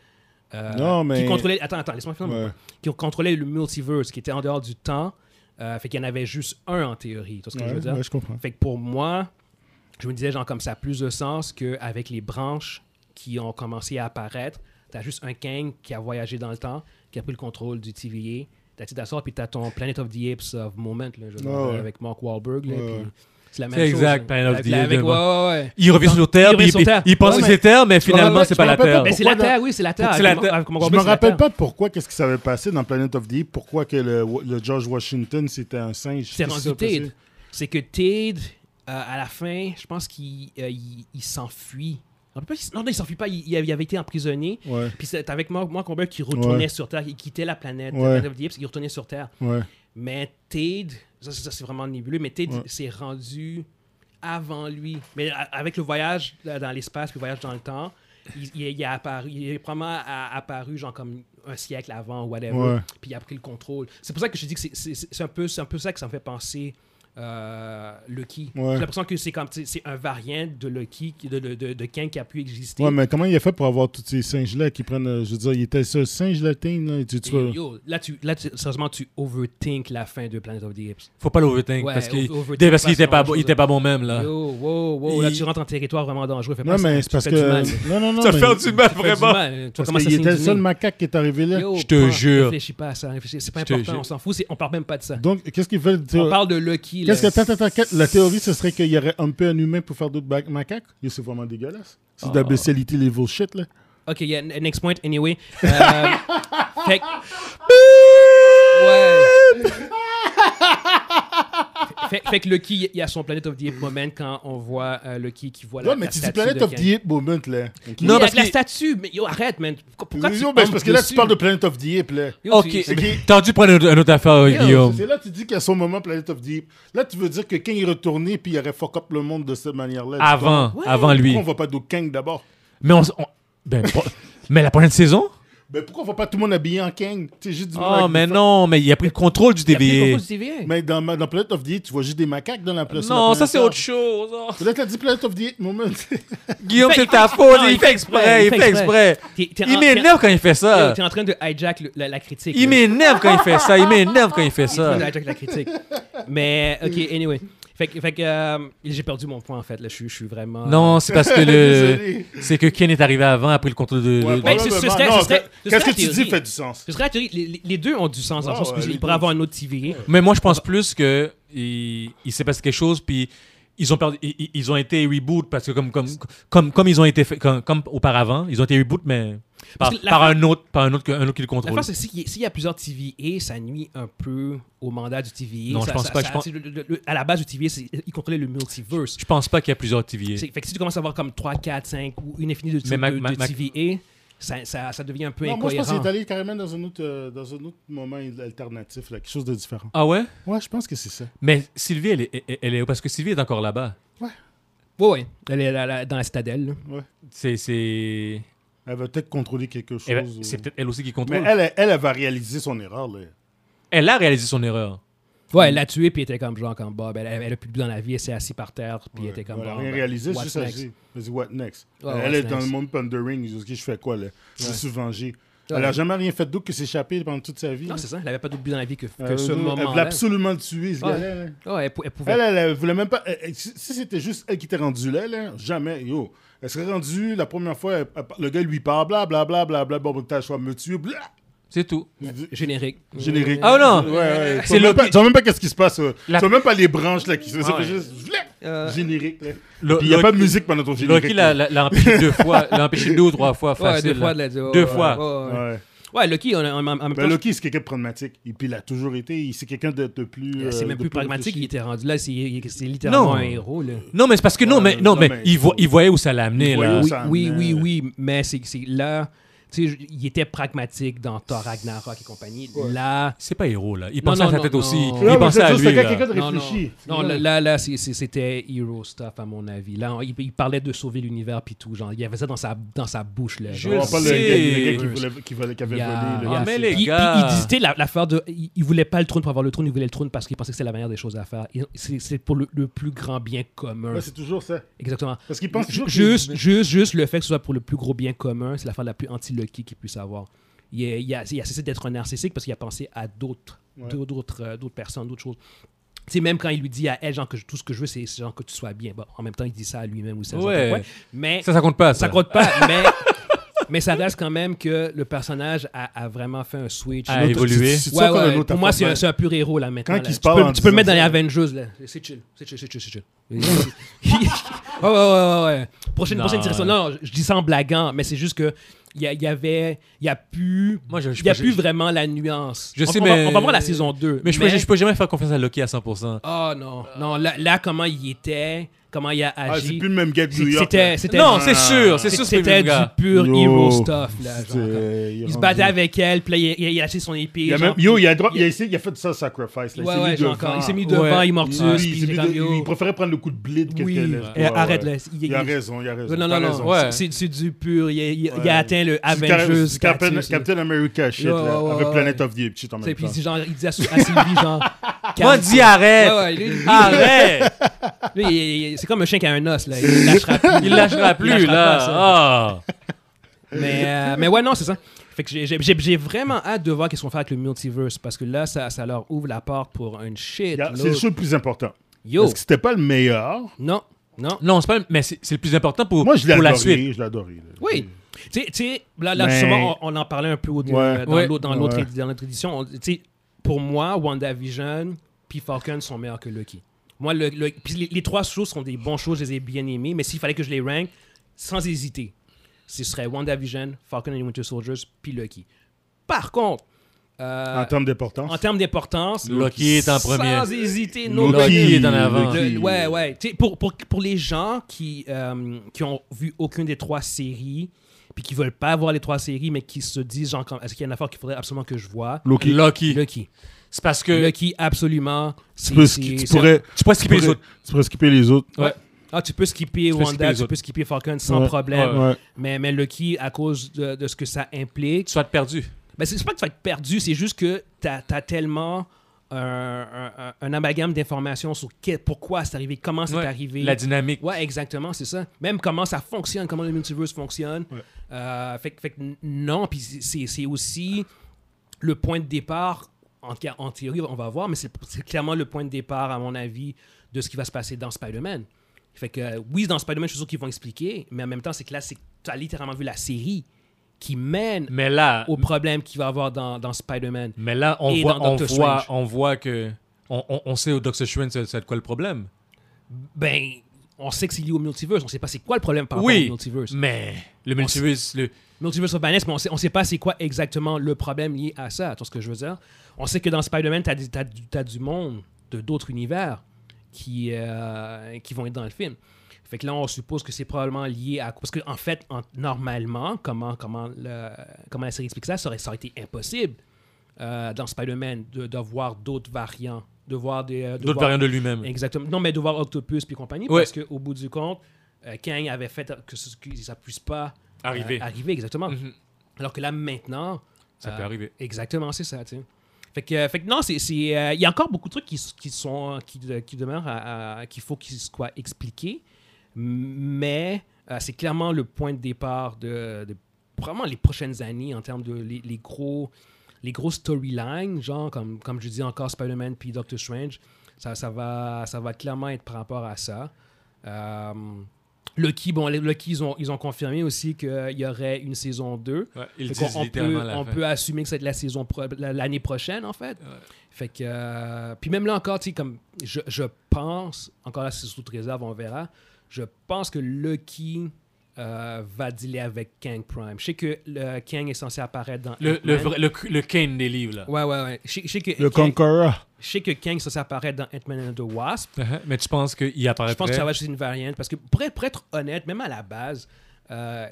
S1: euh,
S3: Non, mais-
S1: Qui contrôlait. Attends, attends, laisse-moi finir. mon
S3: Ouais.
S1: point. Qui contrôlait le multiverse, qui était en dehors du temps. Euh, fait qu'il y en avait juste un en théorie. Tu vois ce que je veux dire?
S3: Ouais, ouais, je comprends.
S1: Fait que pour moi, je me disais, genre, comme ça a plus de sens qu'avec les branches qui ont commencé à apparaître, t'as juste un Kang qui a voyagé dans le temps, qui a pris le contrôle du TVA, t'as Tidasor, puis t'as ton Planet of the Apes of Moment, là, je veux dire,
S3: Ah ouais.
S1: avec Mark Wahlberg. là,
S3: Ouais,
S1: puis
S3: ouais.
S1: C'est la même
S2: C'est
S1: chose.
S2: exact,
S1: là.
S2: Planet of
S1: Avec-
S2: the Apes,
S1: avec-
S2: de-
S1: Ouais, ouais, ouais.
S2: Il revient sur Terre,
S1: Il
S2: puis
S1: revient sur
S2: il,
S1: Terre.
S2: il pense
S3: Ouais,
S2: que
S3: mais-
S2: c'est Terre, mais finalement,
S3: rappelle-
S2: c'est
S3: je
S2: pas
S3: me
S2: la
S3: rappelle
S2: Terre.
S1: Mais Ben, c'est la
S3: Pourquoi
S1: Terre, oui, c'est la Terre.
S2: C'est la
S1: avec-
S2: Terre.
S1: avec Mark
S3: Je
S1: Wahlberg,
S3: me
S1: c'est la
S3: rappelle
S1: Terre.
S3: pas pourquoi, qu'est-ce qui s'avait passé dans Planet of the Apes, pourquoi que le, le George Washington c'était un singe.
S1: C'est
S3: Qu'est-ce qui
S1: rendu
S3: s'est passé?
S1: Ted. C'est que Ted, euh, à la fin, je pense qu'il euh, il- il s'enfuit. me rappelle pas s'il- Non, non, il s'enfuit pas. Il, il avait été emprisonné.
S3: Ouais,
S1: Puis c'est avec Mark, Mark Wahlberg qui retournait
S3: Ouais.
S1: sur Terre. Il quittait la planète.
S3: Ouais.
S1: la planète of the Apes, il retournait sur Terre.
S3: ouais.
S1: Mais Ted, ça, c'est- ça, c'est vraiment nébuleux, mais Ted
S3: Ouais.
S1: s'est rendu avant lui. Mais a- avec le voyage là, dans l'espace, puis le voyage dans le temps, il, il est- il est apparu, il est probablement a- apparu genre comme un siècle avant ou whatever.
S3: Ouais.
S1: Puis il a pris le contrôle. C'est pour ça que je dis que c'est- c'est c'est un, peu- c'est un peu ça que ça me fait penser. euh, Lucky.
S3: Ouais.
S1: J'ai l'impression que c'est comme tu sais, c'est un variant de Lucky, qui- de, de, de, de Ken qui a pu exister.
S3: Ouais, mais comment il a fait pour avoir tous ces singes-là qui prennent. euh, je veux dire, il était seul singe latin, là. Tu, tu
S1: Et yo, là, tu, là tu- sérieusement, tu overthink la fin de Planet of the Apes.
S2: Faut pas l'overthink
S1: Ouais,
S2: parce qu'il
S1: overthink,
S2: dé- parce qu'il
S1: parce
S2: était, pas
S1: qu'on-
S2: bon- il était pas bon même là.
S1: Yo, wow, wow, là
S2: Il-
S1: tu rentres en territoire vraiment dangereux. Fais
S3: Ah. Non,
S1: pas ça,
S3: mais
S1: tu
S3: c'est parce
S1: fais du mal.
S3: que. Non, non, non.
S2: Ça fait
S3: mais-
S2: du mal
S1: Tu fais du
S2: vraiment.
S1: mal, tu vas
S3: Parce
S1: commencer à
S3: qu'il était le
S1: s'indigner.
S3: seul macaque qui est arrivé là.
S1: Yo,
S2: Je te
S1: pense-
S2: jure.
S1: Réfléchis pas à ça, réfléchis. C'est pas
S2: Je te
S1: important,
S2: jure.
S1: on s'en fout, c'est- on parle même pas de ça.
S3: Donc, qu'est-ce qu'ils veulent
S1: On
S3: dire
S1: parle de Lucky. là.
S3: Qu'est-ce que. attends, attends, attends, La théorie, ce serait qu'il y aurait un peu un humain pour faire d'autres ba- macaques Et c'est vraiment dégueulasse. C'est de la
S2: Ah.
S3: bestialité, les bullshit, là.
S1: Ok, yeah, n- next point, anyway. Euh, fait que- Ouais. fait, fait que Lucky, il y a son Planet of the Apes moment quand on voit euh, Lucky qui voit la
S3: Ouais, mais
S1: la
S3: tu dis
S1: statue
S3: Planet
S1: de
S3: of
S1: Ken.
S3: the Apes moment, là. Ok.
S1: Non,
S2: Non,
S1: parce
S2: parce
S1: la
S2: qu'il-
S1: statue, mais yo, arrête, man. Pourquoi tu
S3: Yo, ben, c'est parce que là, tu
S1: hompes
S3: parles de
S1: dessus?
S3: Planet of the Apes, là.
S1: Yo,
S2: Ok,
S1: tu-
S3: Ok.
S2: t'as dû prendre une, une autre affaire, euh,
S3: Yo,
S2: Guillaume.
S3: C'est là que tu dis qu'il y a son moment Planet of the Apes. Là, tu veux dire que King est retourné puis il aurait fuck up le monde de cette manière-là.
S2: Avant,
S1: Ouais.
S2: avant lui.
S3: Pourquoi on va pas de King d'abord
S2: Mais on, s- on- ben, pro- mais la prochaine saison?
S3: Ben pourquoi on va pas tout le monde habillé en King C'est juste du monde
S2: Oh,
S3: avec
S2: mais
S3: des-
S2: non, mais il a pris le contrôle du
S1: Il a
S3: E.
S1: pris le
S2: DBA.
S1: contrôle du TVA.
S3: Mais dans, ma- dans Planet of the Apes, tu vois juste des macaques dans la place.
S2: Non, ça c'est autre chose. Oh.
S3: Là, t'as dit Planet of the Apes moment.
S2: Guillaume,
S1: Il fait-
S2: c'est ta faute, il fait exprès, il fait exprès.
S1: T'es- t'es en-
S2: Il m'énerve quand il fait
S1: Yo,
S2: ça.
S1: T'es en train de hijack le- la, la critique.
S2: Il
S1: là.
S2: m'énerve quand il fait ça, il m'énerve quand il fait
S1: T'es en
S2: ça.
S1: train de hijack la critique. Mais, ok, anyway. Fait, que- fait que euh, j'ai perdu mon point en fait. Là, je suis- je suis vraiment.
S2: Non, c'est parce que le,
S3: Désolé.
S2: c'est que Ken est arrivé avant, après le contrôle de.
S3: Ouais,
S2: de-
S1: ben, c'est-
S3: probablement.
S1: ce serait-
S3: Non,
S1: ce serait- ce
S3: Qu'est-ce
S1: serait
S3: que tu
S1: théorie.
S3: dis fait du sens
S1: Ce serait la théorie, les, les- les deux ont du sens dans
S3: Ah
S1: le sens
S3: ouais,
S1: qu'il
S3: les
S1: pourrait
S3: deux.
S1: avoir un autre TVA.
S2: Mais moi, je pense plus que il, il s'est passé quelque chose, puis ils ont perdu, ils, ils ont été reboot parce que comme comme comme comme ils ont été fait- comme, comme auparavant, ils ont été reboot mais par,
S1: Parce que la
S2: par
S1: fin-
S2: un autre, par un autre, que- un autre qui le
S1: La
S2: contrôle.
S1: face, c'est si- s'il y a plusieurs TVA, ça nuit un peu au mandat du TVA.
S2: Non,
S1: Ça-
S2: je pense
S1: ça-
S2: pas,
S1: ça-
S2: je pense-
S1: le- le- le- le- à la base du TVA, c'est- il contrôlait le multiverse.
S2: Je pense pas qu'il y a plusieurs TVA.
S1: C'est- Fait que si tu commences à avoir comme 3, 4, 5 ou une infinité de,
S2: Mais ma-
S1: de- de
S2: ma- ma-
S1: TVA, ça, ça, ça devient un peu
S3: Non, moi, je
S1: incohérent.
S3: pense qu'il est allé carrément dans un autre, euh, dans un autre moment alternatif, là, quelque chose de différent.
S2: Ah ouais?
S3: Ouais, je pense que c'est ça.
S2: Mais Sylvie, elle est, elle- elle est parce que Sylvie est encore là-bas.
S1: Ouais, ouais. Elle est là- là- dans la citadelle. là.
S2: C'est c'est
S3: Elle va peut-être contrôler quelque chose.
S2: elle-
S3: ou-
S2: Eh ben, c'est peut-être elle aussi qui
S3: Mais
S2: contrôle. Elle...
S3: elle, elle, elle, elle va réaliser son erreur, là.
S2: a réalisé son erreur.
S1: Ouais, elle l'a tué, puis elle était comme genre comme Bob. Elle, elle, elle a plus de goût dans la vie, elle s'est assise par terre, puis elle était comme
S3: Elle a
S1: Bob.
S3: rien réalisé, c'est
S1: what's
S3: juste
S1: next?
S3: agi. Elle dit, what next?
S1: Ouais,
S3: elle
S1: what's
S3: est dans
S1: next?
S3: le monde pondering. Elle dit, ok, je fais quoi, là? Je
S1: Ouais.
S3: suis vengée.
S1: Ouais.
S3: Elle n'a jamais rien fait d'autre que s'échapper pendant toute sa vie.
S1: Non,
S3: là.
S1: c'est ça. Elle avait pas de but dans la vie que, que
S3: Euh, Elle
S1: ce
S3: veut- Elle voulait
S1: moment-là.
S3: absolument le tuer, ce
S1: Ouais.
S3: gars-là, là.
S1: Ouais, elle, pou- elle pouvait.
S3: Elle, elle, elle voulait même pas. elle- elle- si si c'était juste elle qui était rendue là, là, jamais, yo. Elle serait rendue la première fois, elle- elle- le gars lui parle, blablabla, bla, bla, bla, bon, t'as le choix de me tuer, bla.
S2: C'est tout.
S1: Générique.
S3: Générique.
S2: Ah non!
S3: Ouais, ouais.
S2: C'est le-
S3: Tu vois même pas- tu vois même pas qu'est-ce qui se passe. euh. Tu
S2: La- Ah,
S3: vois même pas les branches là qui se. ça
S2: Ouais.
S3: fait juste, vla,
S1: Euh,
S3: Générique, là.
S2: Le-
S3: Il n'y a
S2: le-
S3: pas de musique pendant ton générique.
S2: Lucky
S3: là.
S2: l'a- l'a l'a empêché deux fois, l'a empêché deux ou trois fois
S1: Ouais,
S2: facile.
S1: deux fois
S2: là.
S1: de la dire.
S2: Deux fois.
S1: Ouais, ouais.
S3: Ouais.
S1: Ouais, Lucky, en, en- en- en même temps.
S3: Ben, Loki, c'est quelqu'un de pragmatique. Et puis, il a toujours été. il- C'est quelqu'un de, de plus.
S1: c'est
S3: euh,
S1: même
S3: de
S1: plus pragmatique, il
S3: réfléchi.
S1: était rendu là, c'est c'est littéralement
S2: Non.
S1: un héros. Là.
S2: Non, mais c'est parce que non, mais,
S3: Ouais,
S2: non,
S3: non,
S2: mais,
S3: mais
S2: il,
S3: il
S2: vo-
S3: faut-
S2: il voyait où ça l'a amené,
S3: Il
S2: là.
S3: voyait
S1: Oui,
S3: ça
S1: oui,
S3: amenait-
S1: oui, oui, mais c'est c'est là, tu sais, je- il était pragmatique dans Thor Ragnarok et compagnie.
S3: Ouais.
S1: Là,
S2: C'est pas héros, là. Il
S1: Non,
S2: pensait
S1: non,
S2: à sa
S1: non,
S2: tête
S1: non.
S2: aussi.
S1: Ouais,
S3: Ouais,
S2: Il
S3: mais
S2: pensait
S3: c'est
S2: à
S3: juste
S2: lui,
S3: quelqu'un- quelqu'un
S2: là.
S3: de
S1: non, non,
S3: réfléchi.
S1: non, là, là, là, c'est- c'est- c'était hero stuff à mon avis. Là, on- il, il parlait de sauver l'univers puis tout, genre, il y avait ça dans sa, dans sa bouche là.
S2: Je
S1: genre.
S3: On
S2: le
S3: parle de-
S2: sais.
S3: le gars qui voulait- qui voulait- qui avait
S1: Il y a-
S3: volé.
S1: il y
S3: le-
S1: a-
S2: Ah, mais les
S1: puis- puis
S2: gars.
S1: il disait la- l'affaire de. Il, il voulait pas le trône pour avoir le trône, il voulait le trône parce qu'il pensait que c'était la meilleure des choses à faire. Et C'est c'est pour le, le plus grand bien commun.
S3: Ouais, C'est toujours ça.
S1: Exactement.
S3: Parce qu'il pense
S1: Ju-
S3: toujours.
S1: Juste, juste, juste le fait que ce soit pour le plus gros bien commun, c'est l'affaire la plus anti-lucky qu'il puisse avoir. Il, est- il a, il a cessé d'être un narcissique parce qu'il a pensé à d'autres
S3: Ouais.
S1: d'autres- d'autres euh, d'autres personnes, d'autres choses. Tu sais, même quand il lui dit à elle, genre, que je- tout ce que je veux, c'est c'est genre que tu sois bien. Bon, en même temps, il dit ça à lui-même aussi. à
S2: Ouais.
S1: certains points. Mais
S2: Ça, ça compte pas, ça.
S1: ça compte pas, mais, mais ça reste quand même que le personnage a, a vraiment fait un switch.
S2: Ah, évoluer.
S3: C'est
S1: Ouais,
S3: ça
S1: ouais,
S3: qu'on a
S1: ouais.
S3: une autre
S1: Pour moi, c'est
S3: affaire.
S1: un, c'est un pur héros là maintenant.
S3: Quand
S1: là.
S3: il se
S1: tu
S3: parle
S1: peux,
S3: en
S1: tu peux le mettre dans les
S3: disant
S1: Avengers là. C'est chill, c'est chill, c'est chill, c'est chill. c'est chill. ouais, ouais, ouais, ouais, ouais. Prochaine,
S2: Non.
S1: prochaine direction. Non, je- je dis ça en blaguant, mais c'est juste que il y, a- il y avait, il y a plus,
S2: Moi, je- je-
S1: il y a
S2: je-
S1: plus
S2: je-
S1: vraiment la nuance.
S2: Je
S1: on,
S2: sais,
S1: on va-
S2: mais-
S1: on va voir la saison Ah, 2.
S2: Mais je peux, je peux jamais faire confiance à Loki à 100%.
S1: Oh non, non, là, là, comment il était, comment il a
S3: Ah, c'est
S1: agi.
S3: plus le même gars de New York.
S1: C'était-
S3: là.
S1: c'était-
S2: Non,
S1: Ah.
S2: c'est sûr, c'est sûr, c'est le
S1: C'était
S2: même
S1: du
S2: gars.
S1: pur
S3: Yo.
S1: hero stuff. Là,
S3: C'est-
S1: genre, comme-
S3: est
S1: il se
S3: rendu-
S1: battait avec elle, puis là, il, il- il a lâché son épée.
S3: Il a
S1: genre,
S3: même- Yo, il a, dro-
S1: il-
S3: il a essayé- il a fait ça, sacrifice. là.
S1: Ouais,
S3: s'est mis
S1: ouais, genre,
S3: devant.
S1: quand il s'est mis
S2: Ouais.
S1: devant, il
S3: Oui,
S1: mortus,
S3: Ah, il
S1: puis
S3: s'est
S1: il
S3: mis
S1: est comme,
S3: de-
S1: yo.
S3: il préférait prendre le coup de bleed que
S1: Oui,
S3: que le-
S1: ouais.
S3: Ouais,
S1: arrête
S3: ouais.
S1: là. Il,
S3: Il a raison, il a raison.
S1: Non, non,
S3: T'as
S1: non, non.
S3: raison.
S2: Ouais.
S1: C'est c'est du pur. Il, il- il
S3: Ouais.
S1: a atteint le
S3: Du Cap-
S1: Avengers.
S3: du Captain,
S1: status, là.
S3: Captain America shit,
S1: Ouais,
S3: là,
S1: ouais, ouais,
S3: avec
S1: ouais.
S3: Planet of the Apes shit en
S1: Tu
S3: même
S1: sais, Puis
S3: temps.
S1: c'est genre, il dit à, Sou- à Sylvie, genre.
S2: Moi,
S1: calme-toi.
S2: dis arrête!
S1: Ouais, ouais, lui, lui,
S2: Arrête!
S1: lui, il- il- c'est comme un chien qui a un os, là. Il lâchera plus.
S2: Il lâchera plus,
S1: lâchera
S2: là.
S1: pas, ça.
S2: Ah.
S1: Mais, euh, mais ouais, non, c'est ça. Fait que j'ai- j'ai- j'ai j'ai vraiment hâte de voir qu'est-ce qu'on fait avec le multiverse parce que là, ça, ça leur ouvre la porte pour une shit.
S3: Regarde, C'est
S1: load.
S3: le show le plus important.
S1: Yo,
S3: Parce que c'était pas le meilleur.
S1: non, non.
S2: Non, c'est pas. Mais c'est c'est le plus important pour,
S3: Moi, je l'ai
S2: pour la
S3: adoré.
S2: suite.
S3: Je l'ai adoré. là.
S2: Hmm.
S1: Oui. Tu sais- tu sais, là, là,
S3: Mais-
S1: justement, on, on en parlait un peu au- de-
S3: Ouais.
S1: dans
S2: Ouais.
S1: l'autre dans l'autre
S3: Ouais.
S1: édi- dans l'autre édition. On- tu sais, pour moi, WandaVision puis Falcon sont meilleurs que Lucky. Moi, le, le- puis les, les trois choses sont des bons choses, je les ai bien aimées, mais s'il fallait que je les rank, sans hésiter, ce serait WandaVision, Falcon and the Winter Soldiers puis Lucky. Par contre, euh,
S3: En termes d'importance.
S1: En termes d'importance,
S2: Loki est en premier.
S1: Sans hésiter, no brainer.
S2: Loki est en avant.
S1: Le-
S3: Loki.
S2: euh,
S1: ouais, ouais. Tu sais, pour, pour, pour les gens qui, euh, qui ont vu aucune des trois séries, puis qui veulent pas voir les trois séries, mais qui se disent, genre, comme, est-ce qu'il y a une affaire qu'il faudrait absolument que je vois
S3: Loki.
S2: Lucky.
S1: Loki.
S2: C'est parce que.
S1: Loki, absolument.
S3: Tu,
S1: C'est-
S3: peux,
S1: c'est-
S3: tu,
S1: c'est-
S3: pourrais,
S2: Tu peux
S3: tu,
S2: skipper les
S3: pourrais,
S2: autres.
S3: tu pourrais skipper les autres.
S2: Ouais.
S1: Ah, tu peux skipper
S2: peux skipper
S1: Wanda,
S2: les
S1: tu
S2: autres.
S1: peux skipper Falcon sans
S3: Ouais.
S1: problème.
S2: Ouais.
S1: Mais, mais Loki, à cause de, de ce que ça
S2: Tu
S1: implique,
S2: vas être perdu.
S1: ben, c'est c'est pas que tu vas être perdu, c'est juste que tu as, tellement un, un- un- un amalgame d'informations sur que- pourquoi c'est arrivé, comment c'est
S2: Ouais.
S1: arrivé.
S2: La dynamique.
S1: Ouais, exactement, c'est ça. Même comment ça fonctionne, comment le multiverse fonctionne.
S3: Ouais.
S1: Euh, fait, que- fait que n- non, puis c'est- c'est c'est aussi le point de départ, en, tout cas, en théorie, on va voir, mais c'est c'est clairement le point de départ, à mon avis, de ce qui va se passer dans Spider-Man. Fait que euh, oui, dans Spider-Man, je suis sûr qu'ils vont expliquer, mais en même temps, c'est que là, tu as littéralement vu la série qui mène
S2: Mais là.
S1: au problème qu'il va avoir dans, dans Spider-Man.
S2: Mais là, on
S1: Et
S2: voit,
S1: dans
S2: on
S1: Doctor
S2: voit,
S1: Strange.
S2: on voit que. On, on, on sait au Doctor Strange, c'est c'est de quoi le problème.
S1: Ben, on sait que c'est lié au multiverse, on sait pas c'est quoi le problème par rapport
S2: oui,
S1: au multiverse.
S2: mais le multiverse, le,
S1: Multiverse of Madness, mais on sait, on sait pas c'est quoi exactement le problème lié à ça, tu vois ce que je veux dire. On sait que dans Spider-Man, t'as du- t'as du- t'as du monde de d'autres univers qui, euh, qui vont être dans le film. Fait que là, on suppose que c'est probablement lié à... Parce que en fait, en- normalement, comment, comment, le- comment la série explique ça, ça aurait, ça aurait été impossible euh, dans Spider-Man de, de voir d'autres variants, de voir des... euh, de
S2: d'autres
S1: voir-
S2: variantes de lui-même.
S1: Exactement. Non, mais de voir Octopus puis compagnie,
S2: Ouais.
S1: parce qu'au bout du compte, euh, Kang avait fait que, ce- que ça puisse pas euh,
S2: Arriver.
S1: arriver, exactement.
S2: Mhm.
S1: Alors que là, maintenant.
S2: Ça
S1: euh,
S2: peut arriver.
S1: Exactement, c'est ça, tu sais. Fait que, euh, fait que non, c'est- c'est, euh, il y a encore beaucoup de trucs qui, s- qui sont, euh, qui, de- qui demeurent, à- à- qu'il faut qu'ils soient expliqués, mais euh, c'est clairement le point de départ de, de probablement les prochaines années en termes de les, les gros, les gros storylines, genre comme, comme je dis encore Spider-Man puis Doctor Strange, ça, ça, va, ça va clairement être par rapport à ça. Euh, Lucky, bon, les- Lucky, ils ont, ils ont confirmé aussi qu'il y aurait une saison 2.
S2: Ouais, ils
S1: Fait
S2: disent
S1: qu'on- on,
S2: littéralement
S1: peut,
S2: la
S1: on
S2: fin.
S1: peut assumer que c'est de la saison pro- la- l'année prochaine en fait. Fait que euh, puis même là encore, tu sais, comme je, je pense encore là c'est sous toute réserve, on verra. Je pense que Lucky euh, va dealer avec Kang Prime. Je sais que le Kang est censé apparaître dans
S2: Le, le,
S1: Ant-Man.
S2: vrai- le, le Kane des livres, là.
S1: Ouais ouais ouais. Je sais- je sais que
S3: Le
S1: Kang,
S3: Conqueror.
S1: je sais que Kang est censé apparaître dans Ant-Man and the Wasp.
S2: Uh-huh. Mais tu penses qu'il apparaît
S1: Je pense que ça va être juste une variante. Parce que pour être, pour être honnête, même à la base, euh,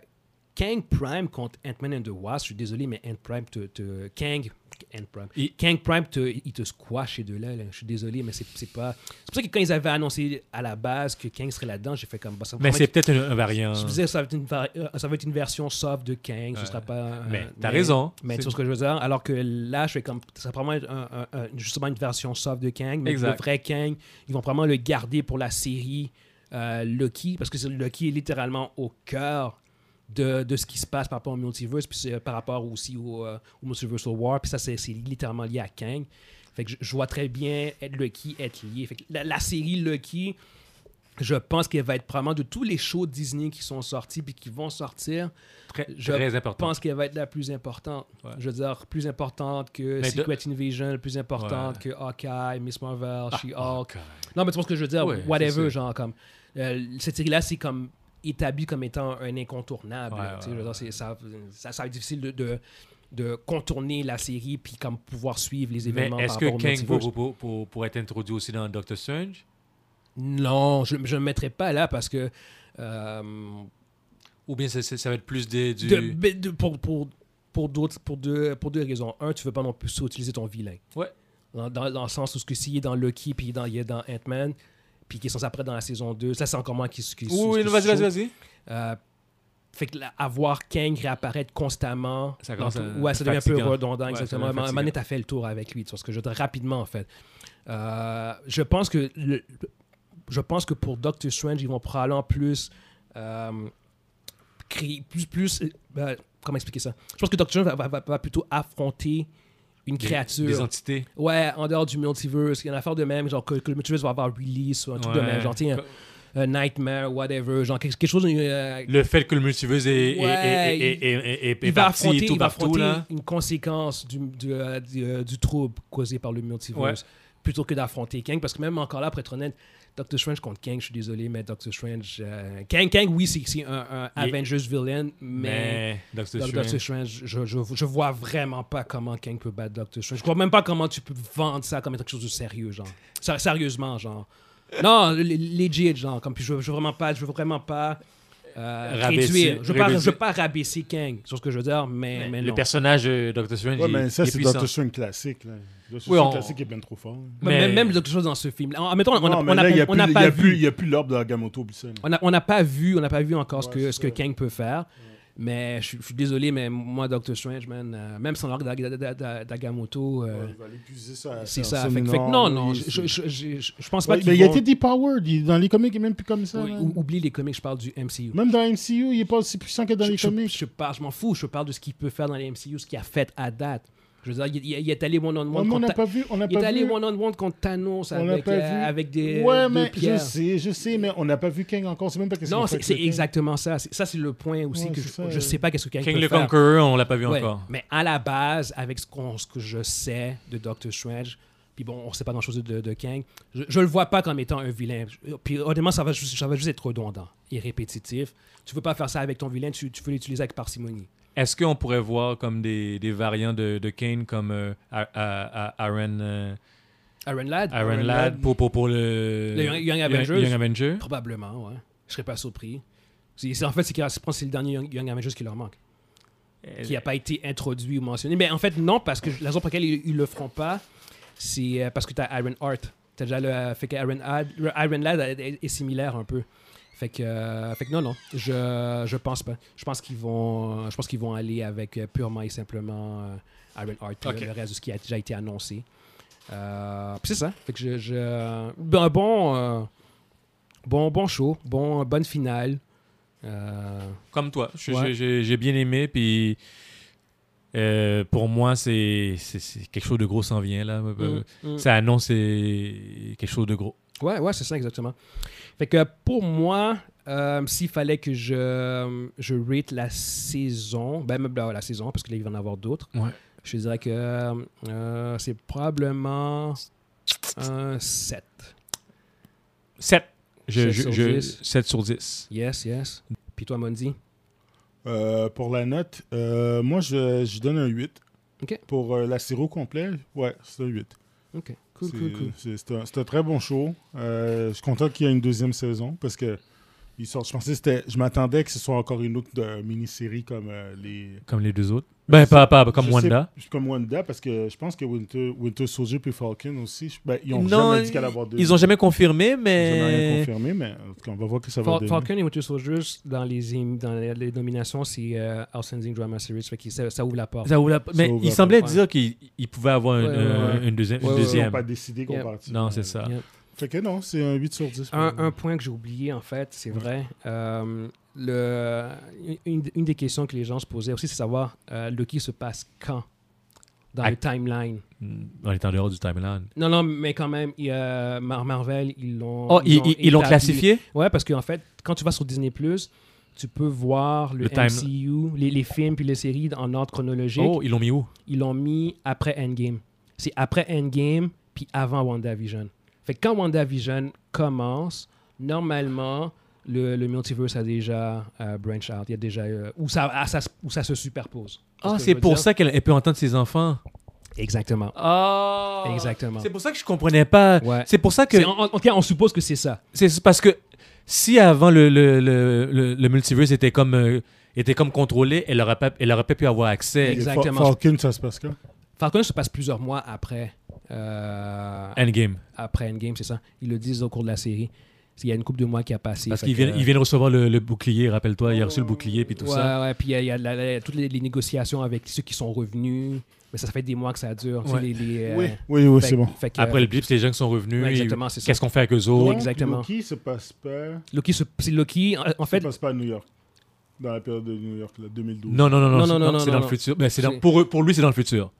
S1: Kang Prime contre Ant-Man and the Wasp, je suis désolé, mais Ant Prime te. te- Kang. Ant Prime.
S2: Il-
S1: Kang Prime, te, il te squash ces deux-là. là. Je suis désolé, mais c'est c'est pas. C'est pour ça que quand ils avaient annoncé à la base que Kang serait là-dedans, j'ai fait comme. bah, ça va
S2: Mais
S1: vraiment
S2: c'est
S1: être-
S2: peut-être un, un variant.
S1: Je me disais, ça va être une, vari- euh, ça va être une version soft de Kang. Ce sera pas. euh,
S2: mais t'as raison.
S1: Mais
S2: C'est-
S1: tu vois ce que je veux dire? Alors que là, je fais comme. Ça va probablement être un- un- un- justement une version soft de Kang. Mais
S2: Exact.
S1: le vrai Kang, ils vont probablement le garder pour la série euh, Loki. Parce que c'est- Loki est littéralement au cœur de, de ce qui se passe par rapport au multiverse. Puis c'est par rapport aussi au, euh, au Multiversal War. Puis ça, c'est c'est littéralement lié à Kang. Fait que je, je vois très bien être Loki être lié. Fait que la, la série Loki. Je pense qu'elle va être probablement de tous les shows Disney qui sont sortis puis qui vont sortir,
S2: Très,
S1: je
S2: très important.
S1: pense qu'elle va être la plus importante.
S2: Ouais.
S1: Je veux dire, plus importante que
S2: Mais de-
S1: Secret Invasion, plus importante que Hawkeye, Miss Marvel, She-Hulk.
S2: Ok.
S1: Non, mais tu vois ce que je veux dire?
S2: Ah, Ouais, c'est
S1: Whatever,
S2: sûr.
S1: genre, comme. euh, cette série-là, c'est comme établi comme étant un incontournable.
S2: Ouais,
S1: là, tu sais, je
S2: ouais,
S1: veux dire, c'est- ça, ça, ça va être difficile de, de, de contourner la série puis comme pouvoir suivre les
S2: Mais
S1: événements
S2: est-ce
S1: par
S2: que
S1: rapport au
S2: Kang va
S1: multiverse.
S2: pour, pour, pour être introduit aussi dans Doctor Strange
S1: Non, je ne me mettrais pas là parce que. euh,
S2: Ou bien c'est- c'est- ça va être plus des, du.
S1: de- ben, de- pour, pour, pour, d'autres- pour, deux, pour deux raisons. Un, tu veux pas non plus utiliser ton vilain.
S2: Ouais.
S1: Dans, dans- dans le sens où ce que s'il est dans Lucky, puis il est dans, il est dans Ant-Man, puis qu'il est censé après dans la saison 2, ça c'est encore moi qui qui-
S2: Oui,
S1: qui-
S2: oui,
S1: qui-
S2: vas-y, vas-y,
S1: qui-
S2: vas-y.
S1: Euh, fait que là, avoir Kang réapparaître constamment,
S2: Ça
S1: dans
S2: commence
S1: tout-
S2: à-
S1: ouais, ça devient un peu
S2: fatigant.
S1: redondant,
S2: Ouais,
S1: exactement.
S2: ça devient
S1: Ma- Mané,
S2: fatigant.
S1: t'as fait le tour avec lui, tu vois ce que je rapidement en fait. Euh, je pense que le- le- je pense que pour Doctor Strange, ils vont probablement plus euh, créer plus plus euh, ben, comment expliquer ça. Je pense que Doctor Strange va, va- va- va plutôt affronter une
S2: Des-
S1: créature.
S2: Des entités.
S1: ouais, en dehors du multiverse, il y a une affaire de même, genre que, que le multiverse va avoir release ou un truc de
S2: Ouais.
S1: même, genre tiens, un, un nightmare, whatever, genre quelque, quelque chose euh,
S2: Le fait que le multiverse est, est-
S1: Ouais,
S2: est, est, est- est- est- est
S1: il va
S2: parti
S1: affronter,
S2: tout
S1: il va
S2: partout,
S1: affronter
S2: là.
S1: une conséquence du, du, euh, du, euh, du trouble causé par le multiverse
S2: Ouais.
S1: plutôt que d'affronter Kang. Parce que même encore là, pour être honnête, Doctor Strange contre Kang, je suis désolé, mais Doctor Strange. euh, Kang, Kang, oui, c'est c'est un, un
S2: Il-
S1: Avengers villain, mais.
S2: Mais, Doctor
S1: Doc-
S2: Strange.
S1: Doctor Strange, je, je, je vois vraiment pas comment Kang peut battre Doctor Strange. Je vois même pas comment tu peux vendre ça comme quelque chose de sérieux, genre. Ser- Sérieusement, genre. Non, l- legit, genre. Comme, puis je, veux- je veux vraiment pas, je veux vraiment pas euh,
S2: Rabaisser-
S1: réduire. Je veux pas, je
S2: rabaisser.
S1: veux pas rabaisser Kang, sur ce que je veux dire, mais, mais,
S2: le
S1: non.
S2: personnage de Doctor Strange,
S3: Ouais,
S2: il-
S3: mais ça,
S2: il est
S3: c'est
S2: puissant.
S3: Doctor Strange classique. Là. Doctor
S2: Oui,
S3: Strange
S2: on-
S3: classique est bien trop fort. là.
S1: Même-
S2: mais-
S1: Même quelque chose dans ce film. En, admettons, on a-
S3: Non, mais
S1: on
S3: là, il n'y a,
S1: a- on
S3: plus-
S1: n'a
S3: il y a
S1: pas
S3: plus- il
S1: vu.
S3: y a plus l'orbe de Nagamoto, oublie ça, là.
S1: On a- on n'a pas vu, on n'a pas vu encore ce
S3: Ouais,
S1: que,
S3: c'est
S1: ce que
S3: ça.
S1: Kang peut faire. Mais je suis- je suis désolé, mais moi, Doctor Strange, man, euh, même sans l'arc d'A- d'A- d'A- d''a- d'Agamoto, euh,
S3: Ouais, il va aller puiser ça à
S1: C'est
S3: personne.
S1: ça. Fait, que- fait que non, non,
S3: oui,
S1: je,
S3: c'est-
S1: je, je, je- je- je pense pas
S3: Ouais,
S1: qu'il
S3: mais
S1: qu'ils
S3: il a
S1: vont...
S3: été depowered. Il- Dans les comics, il est même plus comme ça.
S1: Oui,
S3: là.
S1: ou- oublie les comics, je parle du MCU.
S3: Même dans MCU, il n'est pas aussi puissant que dans
S1: je,
S3: les
S1: je-
S3: comics.
S1: je parle, je m'en fous, je parle de ce qu'il peut faire dans les MCU, ce qu'il a fait à date. Je veux dire, il, il- il est allé
S3: Ouais,
S1: one-on-one
S3: mais on
S1: contre,
S3: n'a
S1: Ta-
S3: pas vu. On n'a
S1: il est
S3: pas
S1: allé
S3: vu.
S1: one-on-one contre Thanos
S3: On n'a
S1: avec,
S3: pas
S1: euh,
S3: vu.
S1: avec des
S3: Ouais,
S1: deux
S3: mais je
S1: pierres.
S3: sais, je sais, mais on n'a pas vu Kang encore. C'est même pas qu'est-ce
S1: Non,
S3: qu'il fait
S1: c'est
S3: avec
S1: c'est
S3: le Kang.
S1: exactement ça. C'est- Ça, c'est le point aussi
S3: Ouais,
S1: que
S3: c'est
S1: je,
S3: ça,
S1: je
S3: euh.
S1: sais pas qu'est-ce que Kang
S2: King
S1: peut
S2: le
S1: faire.
S2: Conqueror, on l'a pas vu
S1: Ouais,
S2: encore.
S1: Mais à la base, avec ce, qu'on- ce que je sais de Doctor Strange, puis bon, on sait pas grand-chose de, de Kang, je, je le vois pas comme étant un vilain. Je- Puis honnêtement, ça va, juste, ça va juste être redondant et répétitif. Tu veux pas faire ça avec ton vilain, tu, tu veux l'utiliser avec parcimonie.
S2: Est-ce qu'on pourrait voir comme des, des variants de, de Kane comme euh, Ar- Ar- Ar- Aaron, euh,
S1: Aaron Ladd
S2: Aaron
S3: Aaron
S2: Ladd
S3: Ladd.
S2: pour, pour, pour le,
S1: Le Young- Young Avengers.
S2: Young Avenger?
S1: Probablement, ouais. Je serais pas surpris. C'est- c'est- en fait, c'est qu'il y a- je pense que c'est le dernier Young, Young Avengers qui leur manque, qui n'a pas été introduit ou mentionné. Mais en fait, non, parce que la raison pour laquelle ils, ils le feront pas, c'est euh, parce que tu as Iron Heart. Tu as déjà le. euh, Fait que Iron, Had- le Iron Lad est, est- est similaire un peu. Fait que, euh, fait que non, non, je, je pense pas. Je pense qu'ils vont, je pense qu'ils vont aller avec euh, purement et simplement euh, Iron Heart, puis
S2: Ok.
S1: le, le reste de ce qui a déjà été annoncé. Euh, puis c'est ça. Fait que je, je- ben, bon, euh, bon, bon show, bon, bonne finale. Euh,
S2: Comme toi, Je-
S1: Ouais.
S2: je- j'ai j'ai bien aimé, puis euh, pour moi, c'est c'est- c'est quelque chose de gros s'en vient là. Euh,
S1: mm, mm.
S2: Ça annonce euh, quelque chose de gros.
S1: Ouais, ouais, c'est ça exactement. Fait que pour moi, euh, s'il fallait que je, je rate la saison, ben même la, la saison, parce que là, il va en avoir d'autres,
S2: Ouais.
S1: je dirais que euh, c'est probablement un 7.
S2: 7.
S1: Sept
S2: Je, je,
S1: sur
S2: je,
S1: dix.
S2: 7 sur 10.
S1: Yes, yes. Puis toi, Mondi?
S3: Euh, pour la note, euh, moi, je, je donne un 8.
S1: Ok.
S3: Pour euh, la série complet, ouais, c'est un 8.
S1: Ok, cool,
S3: C'est-
S1: cool, cool.
S3: C'est c'est un, c'est un très bon show. Euh, je suis content qu'il y ait une deuxième saison parce que ils sortent- je pensais que c'était- je m'attendais que ce soit encore une autre de- mini-série comme euh, les
S2: Comme les deux autres. Ben, pas, pas, comme
S3: Je
S2: Wanda.
S3: sais- comme Wanda parce que je pense que Winter, Winter Soldier puis Falcon aussi, je- ben, ils ont
S2: Non,
S3: jamais dit qu'elle allait avoir deux.
S2: Ils ont Euh, jamais confirmé,
S3: Ils ont rien
S2: mais.
S3: confirmé, mais en tout cas, on va voir que ça va
S1: Fal-
S3: donner.
S1: Falcon et Winter Soldiers, dans les, im- dans les, les nominations, c'est euh, Outstanding Drama Series. Fait que ça, ça ouvre la porte.
S2: Ça ouvre la- Mais
S3: ouvre
S2: il
S3: la
S2: semblait
S1: porte,
S2: dire qu'il il pouvait avoir une,
S1: Ouais, ouais,
S2: euh,
S3: ouais.
S2: une deuxième. une
S1: Ouais, ouais, ouais.
S3: Ils
S2: deuxième.
S3: n'ont pas décidé qu'on
S1: Yep.
S3: partit.
S2: Non, c'est ça.
S1: Yeah.
S3: Fait que non, c'est un 8 sur 10.
S1: Un, un point que j'ai oublié, en fait, c'est vrai. Euh, le, une, une des questions que les gens se posaient aussi, c'est savoir euh, Loki se passe quand dans
S2: À-
S1: le timeline.
S2: Mm. On est en dehors du timeline.
S1: Non, non, mais quand même, il, euh, Mar- Marvel, ils l'ont.
S2: Oh, ils-
S1: l'ont
S2: ils ils l'ont
S1: établi.
S2: classifié
S1: Ouais, parce qu'en fait, quand tu vas sur Disney, tu peux voir le,
S2: Le time-
S1: MCU, les, les films puis les séries en ordre chronologique.
S2: Oh, ils l'ont mis où
S1: Ils l'ont mis après Endgame. C'est après Endgame puis avant WandaVision. Fait que quand WandaVision commence, normalement, le, le multiverse a déjà euh, branch out. Il y a déjà. euh, où, ça, ah, ça se- où ça se superpose.
S2: Ah, c'est pour ça qu'elle elle peut entendre ses enfants.
S1: Exactement.
S2: Ah!
S1: Exactement.
S2: C'est pour ça que je comprenais pas.
S1: Ouais.
S2: C'est pour ça que.
S1: C'est- en- en tout cas, on suppose que c'est ça.
S2: C'est parce que si avant le, le, le, le, le multiverse était comme, euh, était comme contrôlé, elle aurait, pas, elle aurait pas pu avoir accès
S1: Exact.
S2: à
S1: Exactement.
S3: Fa- Falcon, ça se passe quand
S1: Falcon se passe plusieurs mois après, euh,
S2: Endgame.
S1: après Endgame, c'est ça. Ils le disent au cours de la série. Il y a une coupe de mois qui a passé.
S2: Parce
S1: fait
S2: qu'ils
S1: que-
S2: viennent, ils viennent recevoir le, le bouclier, rappelle-toi, il a reçu le bouclier puis tout
S1: ouais,
S2: ça.
S1: ouais, puis il y a, il y a la- la- toutes les, les négociations avec ceux qui sont revenus. Mais ça, ça fait des mois que ça dure. tu sais,
S2: Ouais.
S1: les- les, euh,
S3: Oui, oui, oui
S1: fait-
S3: c'est bon.
S1: fait que, euh,
S2: Après le blip, c'est les gens qui sont revenus.
S1: Ouais,
S2: et
S1: exactement, c'est ça.
S2: Qu'est-ce qu'on fait avec eux autres?
S1: Ouais. exactement.
S3: Loki se passe pas.
S1: Loki, se- c'est Loki. En, en
S3: Ça
S1: fait,
S3: se passe pas à New York. Dans la période de New York, là, 2012.
S2: Non, non, non, non,
S1: Non,
S2: c'est-
S1: non, non,
S2: non, c'est
S1: non,
S2: dans le
S1: non.
S2: futur. Ben, c'est dans-
S1: C'est-
S2: pour, eux- pour lui, c'est dans le futur.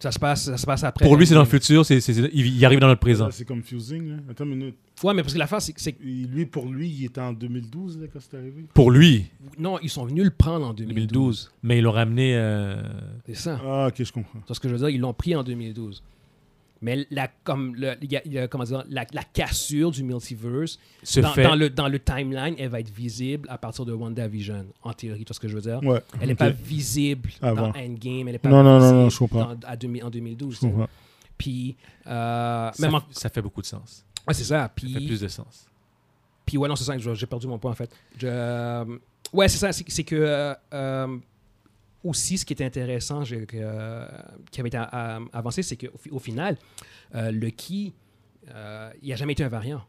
S1: ça se passe, ça se passe après.
S2: Pour lui, c'est dans le
S1: Endgame.
S2: futur, c'est, c'est- c'est- il il arrive dans notre présent.
S3: Là, C'est confusing. Là. Attends une minute.
S1: Ouais, mais parce que l'affaire, c'est que- c'est que-
S3: Il- Lui, pour lui, il était en 2012 là, quand c'est arrivé.
S2: Pour lui,
S1: non, ils sont venus le prendre en 2012.
S2: 2012. Mais ils l'ont ramené. euh,
S1: C'est ça.
S3: Ah, ok, je comprends.
S1: C'est ce que je veux dire. Ils l'ont pris en 2012. Mais la, comme le, il y a- il y a- comment dire, la, la cassure du multiverse,
S2: se
S1: dans,
S2: fait.
S1: dans le, dans le timeline, elle va être visible à partir de WandaVision, en théorie. Tu vois ce que je veux dire?
S3: Ouais.
S1: Elle n'est
S3: ok.
S1: pas visible
S3: Avant.
S1: dans Endgame. Elle est pas
S3: Non, non, non,
S1: visible
S3: non, je comprends.
S1: dans- à 2000 en 2012.
S3: Je comprends.
S1: Puis, euh,
S2: Ça,
S1: même en-
S2: ça fait beaucoup de sens.
S1: ouais, c'est ça.
S2: Ça fait
S1: Puis,
S2: plus de sens.
S1: puis ouais, non, c'est ça. je- J'ai perdu mon point, en fait. Je- euh, ouais, c'est ça. C'est c'est que... euh, euh, aussi, ce qui était intéressant, j'ai- que, euh, qui avait été a- a- avancé, c'est qu'au fi- au final, euh, le qui, euh, il n'a jamais été un variant.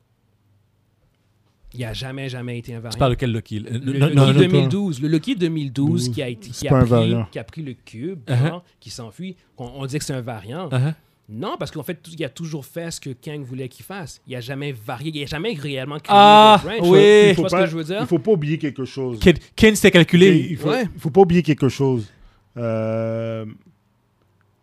S1: Il n'a jamais, jamais été un variant.
S2: Tu parles de quel Loki Le-
S1: Le
S2: non,
S1: Loki
S2: non, non,
S1: 2012, le Loki 2012 qui a, été, qui,
S3: C'est pas
S1: a
S3: un
S1: pris,
S3: variant.
S1: qui a pris le cube,
S2: Uh-huh.
S1: genre, qui s'enfuit. On, on dit que c'est un variant.
S2: Uh-huh.
S1: Non, parce qu'en fait, tout- il a toujours fait ce que Kang voulait qu'il fasse. Il a jamais varié, il a jamais réellement créé
S2: Ah,
S1: le branch.
S2: oui.
S1: Tu
S2: Il
S1: vois
S3: pas,
S1: ce que Eh, je veux dire?
S3: Il faut pas oublier quelque chose.
S2: Ken, Ken s'est
S3: Et
S2: calculé.
S3: il faut,
S1: Ouais.
S3: il faut pas oublier quelque chose. Euh,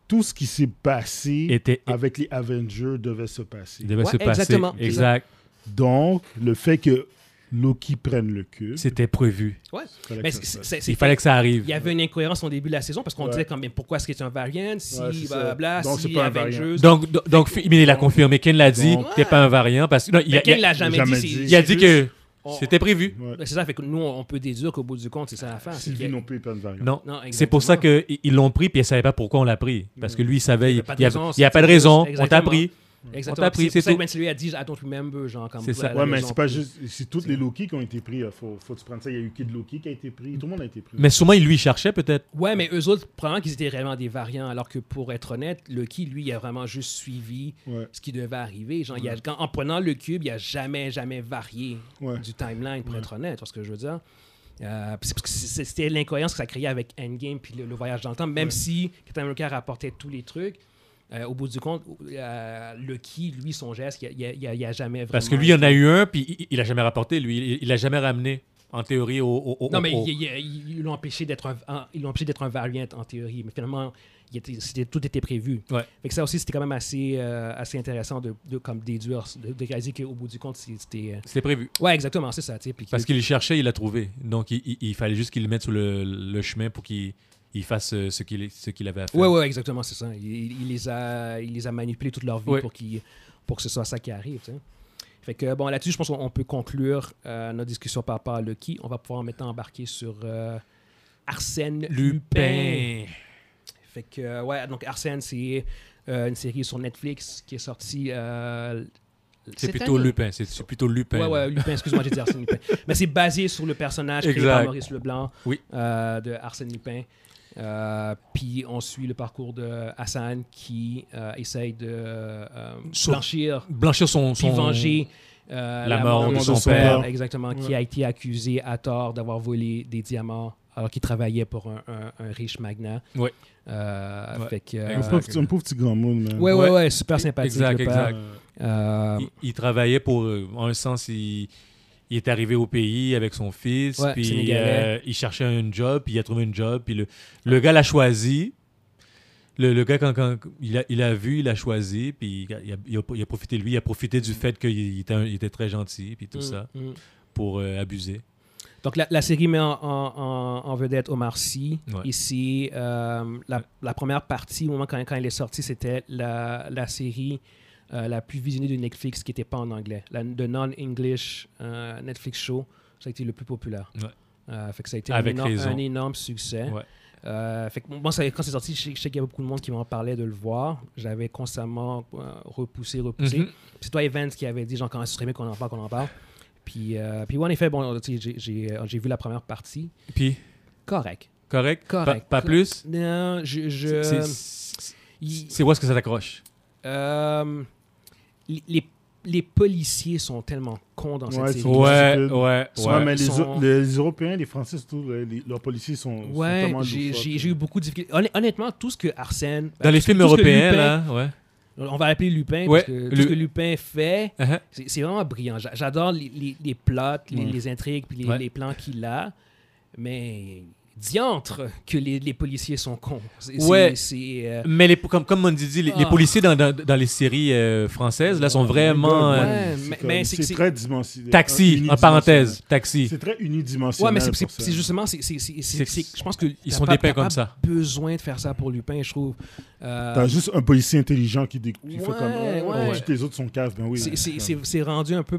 S3: tout ce qui s'est passé
S2: Était,
S3: avec les Avengers devait se passer.
S2: il devait
S1: Ah, Ouais,
S2: se passer.
S1: exactement.
S2: Exact.
S3: Donc, le fait que Loki prenne le cube,
S2: C'était prévu.
S1: Ouais.
S3: fallait
S1: Mais
S3: que ça
S1: c'est-
S3: se passe.
S1: c'est- c'est-
S2: Il fallait que ça
S1: il y
S2: arrive.
S1: avait une incohérence au début de la saison parce qu'on
S3: Ouais.
S1: disait quand même pourquoi est-ce qu'il est un variant, si
S3: Ouais, c'est ça.
S1: blablabla,
S3: Donc, c'est
S1: si
S3: pas un
S1: Avengers.
S2: Donc, donc, donc, fi- mais il a confirmé. Ken l'a dit.
S3: Donc-
S2: T'es pas un variant parce que non, il,
S1: Mais
S2: a,
S1: Kang
S2: il a-
S1: l'a jamais,
S3: jamais
S1: dit.
S3: dit.
S1: c'est-
S2: il a
S1: c'est
S2: dit
S1: juste-
S2: que Oh.
S1: on-
S2: c'était prévu.
S3: Ouais.
S1: C'est ça, fait que nous, on peut déduire qu'au bout du compte, c'est ça l'affaire. c'est
S3: Sylvie
S1: qu'il-
S3: non plus il prend une variante.
S2: Non.
S1: Non,
S2: C'est pour ça
S1: Oh. exactement.
S2: qu'ils l'ont pris, puis ils ne savaient pas pourquoi on l'a pris. Parce que lui, il savait, il n'y
S1: avait pas de
S2: a,
S1: raison,
S2: il y a pas de
S1: c'était
S2: raison,
S1: juste-
S2: on t'a
S1: exactement.
S2: pris.
S1: Exactement.
S2: On t'a
S1: Puis
S2: pris,
S1: C'est
S2: c'est
S1: pour ça
S2: tout.
S1: que Vince lui a dit I don't remember, genre comme
S2: C'est
S1: pour la-
S2: ça.
S1: la
S3: Ouais, mais
S1: raison.
S3: c'est pas juste. C'est toutes les Loki qui ont été pris. là. Faut, faut se prendre ça. Il y a eu Kid Loki qui a été pris. Tout le monde a été pris.
S2: Mais sûrement, il lui cherchait peut-être.
S1: Ouais, mais eux autres, probablement qu'ils étaient réellement des variants, alors que pour être honnête, Lucky, lui, il a vraiment juste suivi
S3: Ouais.
S1: ce qui devait arriver. Genre, il a- quand- en prenant le cube, il a jamais, jamais varié
S3: Ouais.
S1: du timeline, pour être honnête, tu vois ce que je veux dire. Euh, c'est parce que c'est- c'est- c'était l'incohérence que ça créait avec Endgame puis le, le voyage dans le temps, même si Captain America rapportait tous les trucs. euh, au bout du compte, euh, Lucky, lui, son geste, il a- il a, il a jamais vraiment.
S2: Parce que lui, il y en a eu un, puis il n'a jamais rapporté, lui. Il n'a jamais ramené, en théorie, au. au- au-
S1: Non, mais
S2: au-
S1: il- il- il- ils l'ont empêché d'être un, un- ils l'ont empêché d'être un variant en théorie, mais finalement, il était- c'était- tout était prévu.
S2: Ouais.
S1: Fait que ça aussi, c'était quand même assez, euh, assez intéressant de, de comme déduire, de, de réaliser qu'au bout du compte, c'est- c'était. euh,
S2: C'était prévu.
S1: Ouais, exactement, c'est ça. tu sais, puis que-
S2: Parce qu'il le cherchait, il l'a trouvé. Donc, il, il- il fallait juste qu'il le mette sur le, le chemin pour qu'il il fasse euh, ce qu'il ce qu'il avait à faire.
S1: Ouais, ouais, exactement, c'est ça. Il, il- il les a, il les a manipulés toute leur vie
S2: Ouais.
S1: pour, qu'ils- pour que ce soit ça qui arrive. tu sais. Fait que bon, là-dessus, je pense qu'on peut conclure euh, notre discussion par rapport à Lucky. On va pouvoir maintenant embarquer sur euh, Arsène Lupin.
S2: Lupin.
S1: Fait que, euh, ouais, donc Arsène, c'est euh, une série sur Netflix qui est sortie. euh,
S2: C'est
S1: cette
S2: plutôt
S1: année.
S2: Lupin. C'est c'est plutôt Lupin.
S1: Ouais, ouais, Lupin, excuse-moi, j'ai dit Arsène Lupin. Mais c'est basé sur le personnage créé
S2: Exact.
S1: par Maurice Leblanc
S2: Oui.
S1: euh, de Arsène Lupin. Euh, Puis on suit le parcours de Hassan qui euh, essaye de euh,
S2: Sau-
S1: blanchir,
S2: Blanchir son.
S1: puis
S2: son-
S1: venger euh,
S2: la mort
S3: de son père.
S1: Exactement, qui
S3: Ouais.
S1: a été accusé à tort d'avoir volé des diamants alors qu'il travaillait pour un, un- un riche magnat.
S2: Ouais.
S1: Euh,
S2: Ouais.
S1: Fait que,
S3: Un
S1: euh,
S3: pauvre, petit- un pauvre petit grand monde. man.
S1: Ouais, ouais,
S2: Ouais.
S1: ouais, super sympathique.
S2: Exact,
S1: le père.
S2: exact.
S3: Euh,
S1: Euh,
S2: Il, il travaillait pour. euh, En un sens, il, il est arrivé au pays avec son fils.
S1: Ouais,
S2: puis
S1: Sénégalais.
S2: euh, il cherchait un job. Puis il a trouvé un job. Puis le, le gars l'a choisi. Le, le gars, quand, quand il, a, il a vu, il a choisi. Puis il a, il a- il a- il a profité de lui. Il a profité du fait qu'il il était, un- il était très gentil. Puis tout
S1: mm,
S2: ça.
S1: mm.
S2: Pour euh, abuser.
S1: Donc, la, la série met en, en- en- en vedette Omar Sy.
S2: Ouais.
S1: Ici, euh, la, la première partie, au moment quand, quand elle est sortie, c'était la, la série euh, la plus visionnée de Netflix qui n'était pas en anglais. La, le non-English euh, Netflix show, ça a été le plus populaire.
S2: Ouais.
S1: Euh, fait que ça a été
S2: Avec
S1: un, énorme,
S2: raison.
S1: un énorme succès.
S2: Ouais.
S1: Euh, fait que moi, ça- quand c'est sorti, je sais, je sais qu'il y avait beaucoup de monde qui m'en parlait de le voir. J'avais constamment euh, repoussé, repoussé.
S2: Mhm.
S1: C'est toi, Evans, qui avait dit, genre, quand c'est streamé, qu'on en parle, qu'on en parle. Puis, euh, puis ouais, en effet, bon, tu sais, j'ai- j'ai euh, j'ai vu la première partie.
S2: Puis,
S1: Correct.
S2: correct? Pas-
S1: Correct.
S2: Pas, plus?
S1: Non, je... je-
S2: C'est- C'est
S1: il-
S2: c'est où est-ce que ça t'accroche?
S1: euh, les- les, les policiers sont tellement cons dans
S3: Ouais,
S1: cette série.
S3: sont-
S2: Ouais,
S3: Ils
S2: ouais,
S3: sont-
S2: ouais.
S1: sont
S3: mais les,
S1: sont-
S3: Eu- les Européens, les Français, surtout, les- les- leurs policiers sont, sont
S1: Ouais,
S3: tellement
S1: j'ai-
S3: loufoques.
S1: j'ai j'ai eu beaucoup de difficultés. Honn- Honnêtement, tout ce que Arsène... ben,
S2: Dans les
S1: tout ce que-
S2: films
S1: tout ce que
S2: européens,
S1: Lupin-
S2: là, ouais.
S1: On va l'appeler Lupin,
S2: Ouais,
S1: parce que tout
S2: Lu-
S1: ce que Lupin fait,
S2: Uh-huh.
S1: c'est c'est vraiment brillant. J'a- J'adore les, les, les plots, les,
S3: Ouais.
S1: les intrigues, puis les,
S2: Ouais.
S1: les plans qu'il a, mais diantre que les, les policiers sont cons. C'est- c'est-
S2: Ouais.
S1: c'est, euh,
S2: Mais les, comme, comme on dit, les, les
S1: Ah.
S2: policiers dans, dans, dans les séries euh, françaises, là, sont
S3: Oh my
S2: vraiment...
S3: God,
S1: ouais.
S2: euh,
S1: Ah,
S3: c'est
S1: mais-
S3: comme-
S1: mais c'est-
S3: c'est
S1: c'est-
S3: très dimensionnel.
S2: taxi, en
S3: Unidimensionnel.
S2: parenthèse, taxi.
S3: C'est très
S1: Ouais,
S3: unidimensionnel.
S1: mais c'est- c'est
S3: pour ça.
S1: c'est justement, c'est- c'est- c'est- c'est-
S2: C'est-
S1: c'est- je pense que
S2: Ils
S1: t'as
S2: sont
S1: pas-
S2: dépeints
S1: t'as
S2: comme
S1: pas
S2: ça.
S1: besoin de faire ça pour Lupin, je trouve. Euh,
S3: T'as juste un policier intelligent qui, dé- qui fait
S1: Ouais,
S3: comme. euh,
S1: ouais.
S3: Toutes les autres sont caves, ben oui.
S1: c'est- c'est- c'est c'est rendu un peu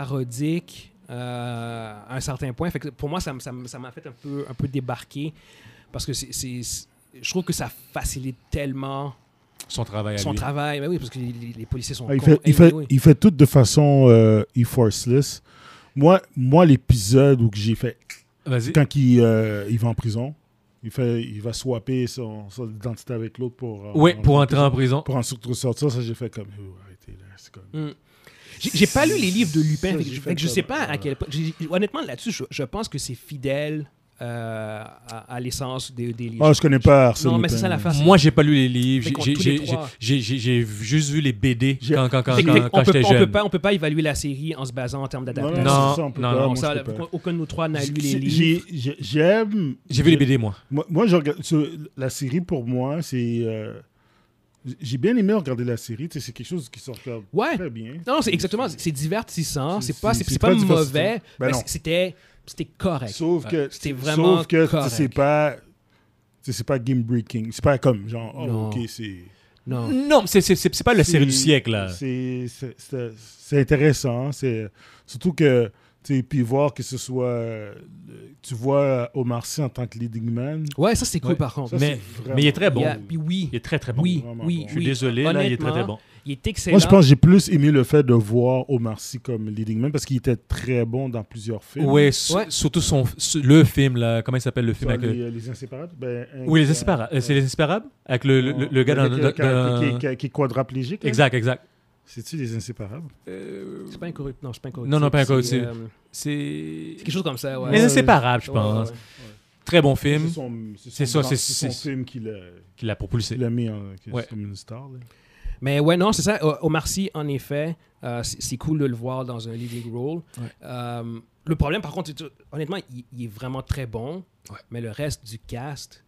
S1: parodique euh, à un certain point. Fait que pour moi, ça m- ça m- ça m'a fait un peu, un peu débarquer parce que c'est- c'est- c'est- je trouve que ça facilite tellement
S2: Son travail à
S1: son
S2: lui.
S1: travail. Ben oui, parce que les, les- les policiers sont Eh
S3: Ah, il,
S1: cons.
S3: fait, il, fait,
S1: Anyway.
S3: il fait tout de façon euh, e-forceless. Moi, moi l'épisode où que j'ai fait.
S2: Vas-y.
S3: Quand il, euh, il va en prison, il, fait, il va swapper son, son identité avec l'autre pour. euh,
S2: Oui, pour
S3: en-
S2: entrer en prison.
S3: Pour en sortir, ça, j'ai fait comme. Oh, arrêtez, là. C'est comme.
S1: J'ai j'ai pas lu les livres de Lupin, fait
S3: Ça,
S1: que,
S3: j'ai
S1: je-
S3: fait
S1: fait que je
S3: comme- euh,
S1: sais pas à quel point. j'ai- Honnêtement, là-dessus, je, je pense que c'est fidèle euh, à, à l'essence des, des livres.
S3: Ah, je connais pas Arsène
S1: non, mais c'est
S3: Lupin.
S1: ça l'affaire. c'est-
S2: Moi, j'ai pas lu les livres.
S1: Fait qu'on
S2: j'ai-
S1: tous
S2: j'ai-
S1: les trois.
S2: J'ai j'ai- j'ai juste vu les BD
S3: J'ai-
S2: quand, quand, quand,
S1: Fait que-
S2: quand-
S1: fait qu'on
S2: quand
S1: peut-
S2: j'étais
S1: on peut,
S2: jeune.
S1: pas, on peut pas évaluer la série en se basant en termes
S3: Non,
S1: d'adaptation.
S3: non,
S2: Non,
S3: c'est ça, on peut
S2: non,
S3: pas,
S2: non,
S1: Non,
S3: moi,
S1: ça,
S3: je peux pas.
S1: aucun de nous trois n'a lu les
S3: J'ai-
S1: livres.
S3: j'ai- J'aime.
S2: J'ai vu les BD, moi.
S3: Moi, moi, je regarde- ce- la série pour moi, c'est. euh, j'ai bien aimé regarder la série. tu sais, C'est quelque chose qui sort regarde
S1: Ouais.
S3: très bien.
S1: Non, c'est exactement. C'est divertissant.
S3: C'est-
S1: C'est pas,
S3: c'est-
S1: c'est c'est
S3: c'est
S1: pas
S3: pas divertissant.
S1: mauvais.
S3: Ben
S1: mais
S3: non.
S1: c'est- C'était, c'était correct.
S3: Sauf que.
S1: C'était vraiment
S3: Sauf que tu sais,
S1: correct.
S3: c'est pas. tu sais, C'est pas game breaking. C'est pas comme genre. oh,
S1: Non.
S3: ok, c'est.
S1: Non.
S2: Non, c'est- c'est c'est- c'est pas la
S3: c'est-
S2: série du siècle, là.
S3: c'est- C'est c'est- c'est intéressant. hein. c'est- Surtout que. tu sais, Puis voir que ce soit. euh, Tu vois euh, Omar Sy en tant que leading man.
S1: Ouais, ça c'est cool
S2: Ouais.
S1: par contre.
S3: Ça,
S2: Mais,
S3: c'est vraiment-
S2: mais il est très bon.
S1: Il y a- puis oui,
S2: Il est très, très bon.
S1: oui,
S3: vraiment
S1: oui,
S3: bon.
S2: Je suis
S1: oui.
S2: désolé, là, il est très, très bon.
S1: Il est excellent.
S3: Moi, je pense que j'ai plus aimé le fait de voir Omar Sy comme leading man parce qu'il était très bon dans plusieurs films.
S2: Ouais, su-
S1: Ouais.
S2: surtout son, su- le film, là. Comment il s'appelle le film
S3: Sur
S2: avec le-
S3: les, euh, les Inséparables ben, un-
S2: Oui, les
S3: euh,
S2: Inséparables. Euh,
S3: euh,
S2: C'est les Inséparables Avec le, le, le- le gars dans.
S3: avec, euh,
S2: dans-
S3: qui, qui-
S2: dans-
S3: qui- qui- qui est quadraplégique. là.
S2: Exact, exact.
S3: C'est-tu les Inséparables
S1: C'est pas incorruptible. Non, c'est pas incorruptible.
S2: Non, non, pas
S1: C'est,
S2: incorruptible.
S1: euh,
S2: C'est.
S1: C'est quelque chose comme ça, ouais.
S2: Les
S3: Ouais,
S2: Inséparables, je
S1: Ouais, ouais,
S2: pense.
S1: ouais.
S2: Très bon film
S3: C'est son-
S2: C'est
S3: son
S2: ça,
S3: grand-
S2: c'est-
S3: c'est
S2: c'est-
S3: son film qui l'a
S2: qui l'a propulsé.
S3: qui l'a mis en- qui-
S2: Ouais.
S3: comme une star. là.
S1: Mais ouais, non, c'est ça. O- Omar Sy, en effet, euh, c'est c'est cool de le voir dans un leading role.
S2: Ouais.
S1: Euh, le problème, par contre, c'est que, honnêtement, il, il est vraiment très bon, mais le reste du cast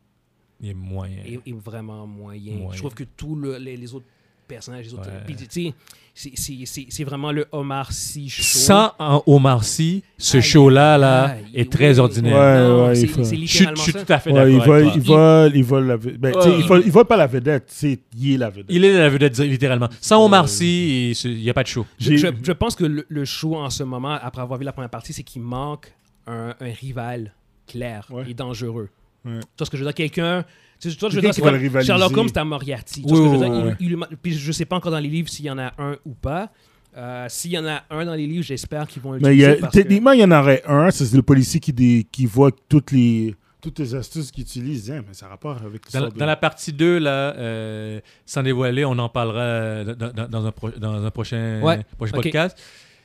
S2: Il est moyen.
S1: est, est vraiment moyen.
S2: Moyen.
S1: Je trouve que tous le- les, les autres personnages, les autres.
S2: Ouais.
S1: Puis, tu sais, c'est- c'est- c'est c'est vraiment le Omar Sy show.
S2: Sans en Omar Sy, ce
S1: Aïe,
S2: show-là là,
S1: aïe,
S2: est
S1: oui.
S2: très ordinaire.
S3: Ouais,
S1: Non,
S3: ouais,
S1: c'est
S3: il faut-
S1: c'est
S2: Je suis-
S1: littéralement
S2: je suis
S1: ça.
S2: tout à fait
S3: Ouais, il
S2: d'accord. avec
S3: vole,
S2: toi.
S3: il vole, il vole la vedette. Ben, tu sais,
S2: Ouais.
S3: il, vole, il vole pas la vedette, c'est il est la vedette.
S2: Il est la vedette dire- littéralement. Sans Omar Sy, il se- il n'y a pas de show.
S1: Je,
S3: J'ai-
S1: je- je pense que le, le show en ce moment, après avoir vu la première partie, c'est qu'il manque un, un rival clair
S3: Ouais.
S1: et dangereux.
S3: Ouais.
S1: Tu vois ce que je veux dire? Quelqu'un. Tu sais, tu vois ce que je veux
S3: Quelqu'un
S1: dire?
S3: qui
S1: C'est
S3: va le
S1: comme
S3: rivaliser.
S1: Sherlock Holmes, c'est à Moriarty. Tu
S2: Oui,
S1: vois ce que je veux
S2: oui,
S1: dire?
S3: oui,
S1: Il- il le man- puis je sais pas encore dans les livres s'il y en a un ou pas. Euh, s'il y en a un dans les livres, j'espère qu'ils vont
S3: Mais il y
S1: l'utiliser.
S3: a-
S1: parce que-
S3: techniquement, il y en aurait un, c'est le policier qui, dé- qui voit toutes les, toutes les astuces qu'il utilise. Hein, mais ça a rapport avec
S2: Dans, la-
S3: l'histoire de-
S2: dans la partie 2, là, euh, sans dévoiler, on en parlera euh, dans, dans- dans un, pro- dans un prochain,
S1: Ouais,
S2: prochain
S1: ok.
S2: podcast.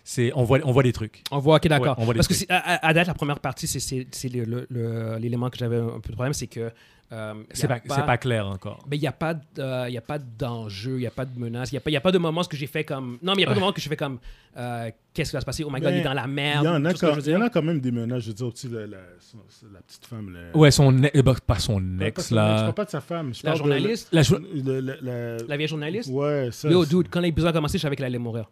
S2: C'est, on, voit, on voit des trucs.
S1: On voit, ok, d'accord.
S2: Ouais, on voit les
S1: Parce que c'est- à, à- à date, la première partie, c'est- c'est c'est le- le- le- l'élément que j'avais un peu de problème, c'est que. euh, il y
S2: C'est
S1: a
S2: pas, c'est pas clair encore.
S1: Mais il n'y a pas de- euh, y a pas d'enjeu, il n'y a pas de menace, il n'y a, pas- y a pas de moment ce que j'ai fait comme. Non, mais il n'y a pas de moment que j'ai fait comme. euh, Qu'est-ce qui va se passer? Oh my god,
S3: Mais
S1: il est dans la merde.
S3: Il y, en a
S1: tout ce que
S3: quand,
S1: je veux
S3: il y en
S1: dire.
S3: a quand même des menages. Je veux dire, aussi, la, la, la petite femme. Là.
S2: Ouais, son ex, euh, bah, pas son
S3: Je parle pas de
S2: ex,
S3: son ex, Je
S2: là.
S3: parle pas de sa femme. Je
S1: La
S3: parle de-
S1: journaliste,
S2: La jo-
S3: le- le- la-
S1: la vieille journaliste.
S3: Ouais, ça.
S1: Yo,
S3: c'est-
S1: dude, quand l'épisode a commencé, je savais qu'elle allait mourir.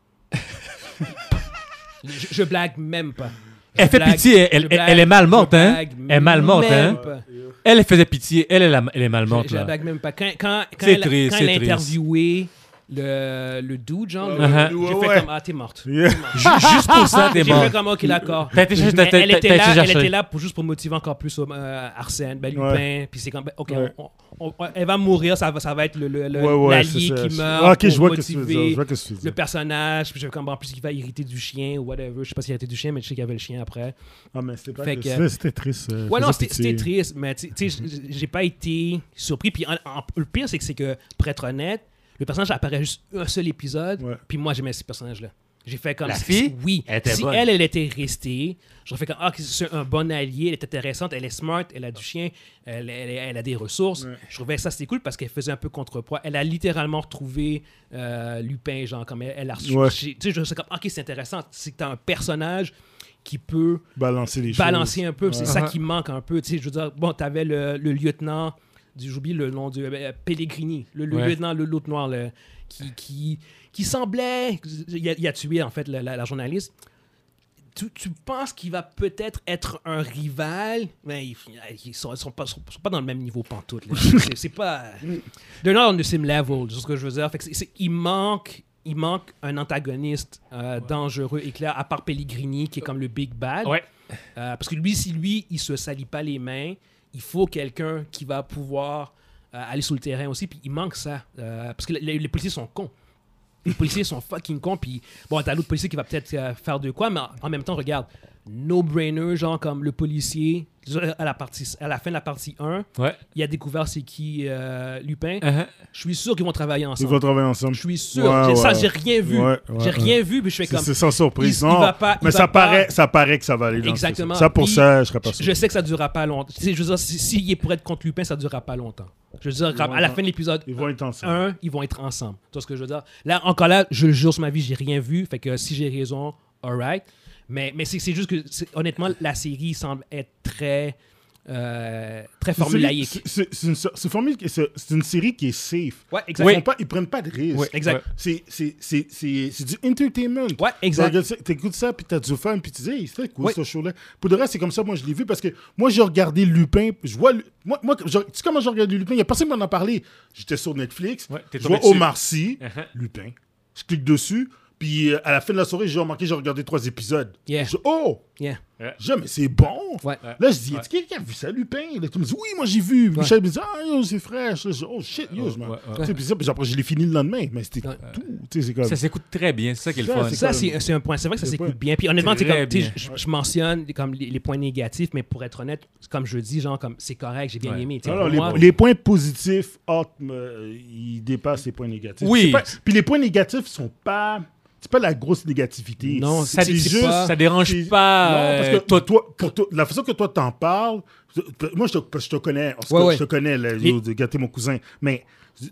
S1: je, je blague même pas. Je
S2: elle fait
S1: blague-
S2: pitié, elle,
S1: je
S2: elle-
S1: blague-
S2: elle est mal
S1: je
S2: morte, hein.
S1: blague
S2: Elle est mal morte, hein.
S1: même pas.
S2: Elle faisait pitié, elle, elle, a- elle est mal
S1: Je-
S2: morte,
S1: Je,
S2: là.
S1: blague même pas. Quand, quand, quand
S2: C'est
S1: elle, a-
S2: triste,
S1: quand
S2: c'est
S1: elle a
S2: triste.
S1: interviewé le, le dude, genre,
S3: Ouais,
S1: le-
S2: ouais,
S1: j'ai
S3: ouais,
S1: fait
S3: ouais.
S1: comme, ah, t'es morte.
S3: Yeah.
S2: Ju- Juste pour ça, t'es
S1: J'ai
S2: mort.
S1: fait comme, ok, d'accord.
S2: T'as été
S1: Mais
S2: t'as- t'as-
S1: elle, était
S2: t'as été
S1: là, elle
S2: chercher.
S1: était là pour, juste pour motiver encore plus euh, Arsène, ben, Lupin.
S3: Ouais.
S1: Puis c'est comme, ben, ok,
S3: Ouais.
S1: on- on- on- elle va mourir, ça va, ça va être le, le, le-
S3: Ouais, ouais,
S1: l'allié
S3: c'est ça.
S1: qui
S3: c'est-
S1: meurt.
S3: Ah, ok,
S1: pour
S3: je vois que tu veux
S1: motiver
S3: dire. Je vois que tu veux
S1: le
S3: dire.
S1: personnage. Puis je vais comme, en plus, il va hériter du chien ou whatever. Je sais pas s'il a hérité du chien, mais je sais qu'il y avait le chien après.
S3: Ah, mais c'était pas
S1: Fait
S3: que-
S1: que-
S3: c'était- C'était triste. euh,
S1: Ouais, non,
S3: faisait
S1: c'était
S3: pitié.
S1: c'était triste, mais tu tu sais, j- j'ai pas été surpris. Puis en- en- le pire, c'est que, c'est que, pour être honnête, le personnage apparaît juste un seul épisode,
S3: Ouais.
S1: puis moi, j'aimais ce personnage-là. J'ai fait comme
S2: La
S1: si-
S2: fille?
S1: Oui.
S2: Elle était
S1: si
S2: bonne.
S1: elle, elle était restée, j'aurais fait comme Ah, que c'est un bon allié, elle est intéressante, elle est smart, elle a du chien, elle, elle- elle a des ressources.
S3: Ouais.
S1: Je trouvais ça, c'était cool parce qu'elle faisait un peu contrepoids. Elle a littéralement retrouvé euh, Lupin, genre, comme elle, elle a reçu.
S3: Ouais.
S1: Tu sais, je sais comme ah, Ok, c'est intéressant. C'est que t'as un personnage qui peut
S3: Balancer les choses.
S1: balancer un peu. C'est
S3: Ouais.
S1: ça qui manque un peu. Tu sais, je veux dire, bon, t'avais le, le lieutenant, du- j'oublie le nom du euh, Pellegrini, le, le
S2: Ouais.
S1: lieutenant, le l'autre noir, le- qui, qui, qui semblait, il a, il a tué en fait la, la- la journaliste. Tu, tu penses qu'il va peut-être être un rival, mais ils, ils sont, ils sont pas, sont, sont pas dans le même niveau pantoute. là. C'est- C'est pas de l'ordre de sim level, c'est ce que je veux dire. Fait que c'est- c'est- il manque, il manque un antagoniste euh, dangereux et clair, à part Pellegrini qui est comme le big bad.
S2: Ouais.
S1: Euh, parce que lui, si lui, il se salit pas les mains, il faut quelqu'un qui va pouvoir euh, aller sur le terrain aussi. Puis il manque ça. Euh, parce que les, les policiers sont cons. Les policiers sont fucking cons. Puis bon, t'as l'autre policier qui va peut-être euh, faire de quoi, mais en- en même temps, regarde, no-brainer, genre comme le policier, euh, à la, partie, à la fin de la partie 1,
S2: Ouais.
S1: il a découvert c'est qui euh, Lupin.
S2: Uh-huh.
S1: Je suis sûr qu'ils vont travailler
S3: Ils
S1: ensemble.
S3: vont travailler ensemble.
S1: Je suis sûr.
S3: Ouais,
S1: J'ai- Ça,
S3: ouais.
S1: j'ai rien vu.
S3: Ouais, ouais,
S1: j'ai
S3: ouais.
S1: rien vu, puis je fais
S3: C'est
S1: comme.
S3: c'est sans surprise.
S1: il- il
S3: non,
S1: va pas- il
S3: mais
S1: va
S3: ça,
S1: pas-
S3: paraît, ça paraît que ça va aller dans ce sens.
S1: Exactement.
S3: Ça, pour
S1: Puis,
S3: ça, je serais pas
S1: Je,
S3: sûr.
S1: je sais que ça durera pas longtemps. Tu sais, je veux dire, si- s'il est pour être contre Lupin, ça durera pas longtemps. Je veux dire,
S3: Ils vont
S1: à la
S3: être-
S1: fin de l'épisode
S3: Ils vont être ensemble.
S1: 1, ils vont être ensemble. Tu vois ce que je veux dire? Là, encore là, je le jure sur ma vie, j'ai rien vu. Fait que si j'ai raison, alright. Mais, mais c'est c'est juste que, c'est- honnêtement, la série semble être très, euh, très
S3: C'est une série-
S1: formulaïque.
S3: c'est- C'est c'est une, so- c'est formulaïque et c'est- c'est une série qui est safe.
S1: Ouais,
S3: Ils,
S1: exactement.
S3: font pas, ils prennent pas de risques.
S1: Ouais, exact.
S3: C'est- C'est c'est- c'est- c'est du entertainment.
S1: Ouais, exact.
S3: Tu regardes ça- T'écoutes ça, puis t'as du fun, puis tu dis, hey, c'était cool
S1: Ouais.
S3: ce show-là. Pour de reste, c'est comme ça, moi, je l'ai vu parce que moi, j'ai regardé Lupin. Je vois. Lu- Moi, moi, je- tu sais comment j'ai regardé Lupin Il n'y a personne qui m'en a parlé. J'étais sur Netflix.
S2: Ouais, t'es
S3: je
S2: tombé
S3: vois
S2: dessus.
S3: Omar Sy,
S2: Uh-huh.
S3: Lupin. Je clique dessus, puis euh, à la fin de la soirée, j'ai remarqué, j'ai regardé trois épisodes.
S1: Yeah.
S3: Je- oh
S1: Yeah.
S3: J'ai, mais c'est bon!
S1: Ouais.
S3: Là, je dis,
S2: Ouais.
S3: est-ce qu'il y a quelqu'un qui a vu ça, Lupin? Là, tu me dis, oui, moi j'ai vu. Michel me dit, ah, yo, c'est fraîche. Là, je dis, oh shit, yo, je m'en.
S2: Ouais, ouais.
S3: Tu sais, puis ça, puis après, je l'ai fini le lendemain. Mais c'était
S1: Ouais.
S3: tout. Tu sais, c'est comme.
S2: Ça s'écoute très bien, c'est ça qui est le
S3: Ça,
S2: fun.
S3: c'est
S1: Ça,
S3: comme-
S1: c'est c'est un point. C'est vrai que ça
S3: C'est pas-
S1: s'écoute bien. Puis honnêtement, tu sais,
S2: Très
S1: comme, tu sais,
S2: bien.
S1: je, je mentionne comme les, les points négatifs, mais pour être honnête, comme je dis, genre, comme c'est correct, j'ai bien
S2: Ouais.
S1: aimé. tu sais,
S3: Alors,
S1: pour
S3: les,
S1: moi-
S3: les points positifs, oh, euh, ils dépassent les points négatifs.
S2: Oui.
S3: C'est pas- puis les points négatifs sont pas. C'est pas la grosse négativité.
S1: Non,
S3: C'est-
S2: Ça,
S1: c'est
S2: dé-
S1: juste-
S2: ça dérange
S3: c'est-
S2: pas.
S3: Non, parce
S2: euh,
S3: que
S2: toi,
S3: toi, pour toi- la façon que toi t'en parles, je- moi je te, parce que je te connais, en ce
S1: Ouais,
S3: cas,
S1: ouais.
S3: je te connais, là,
S1: Les-
S3: yo, de gâter mon cousin, mais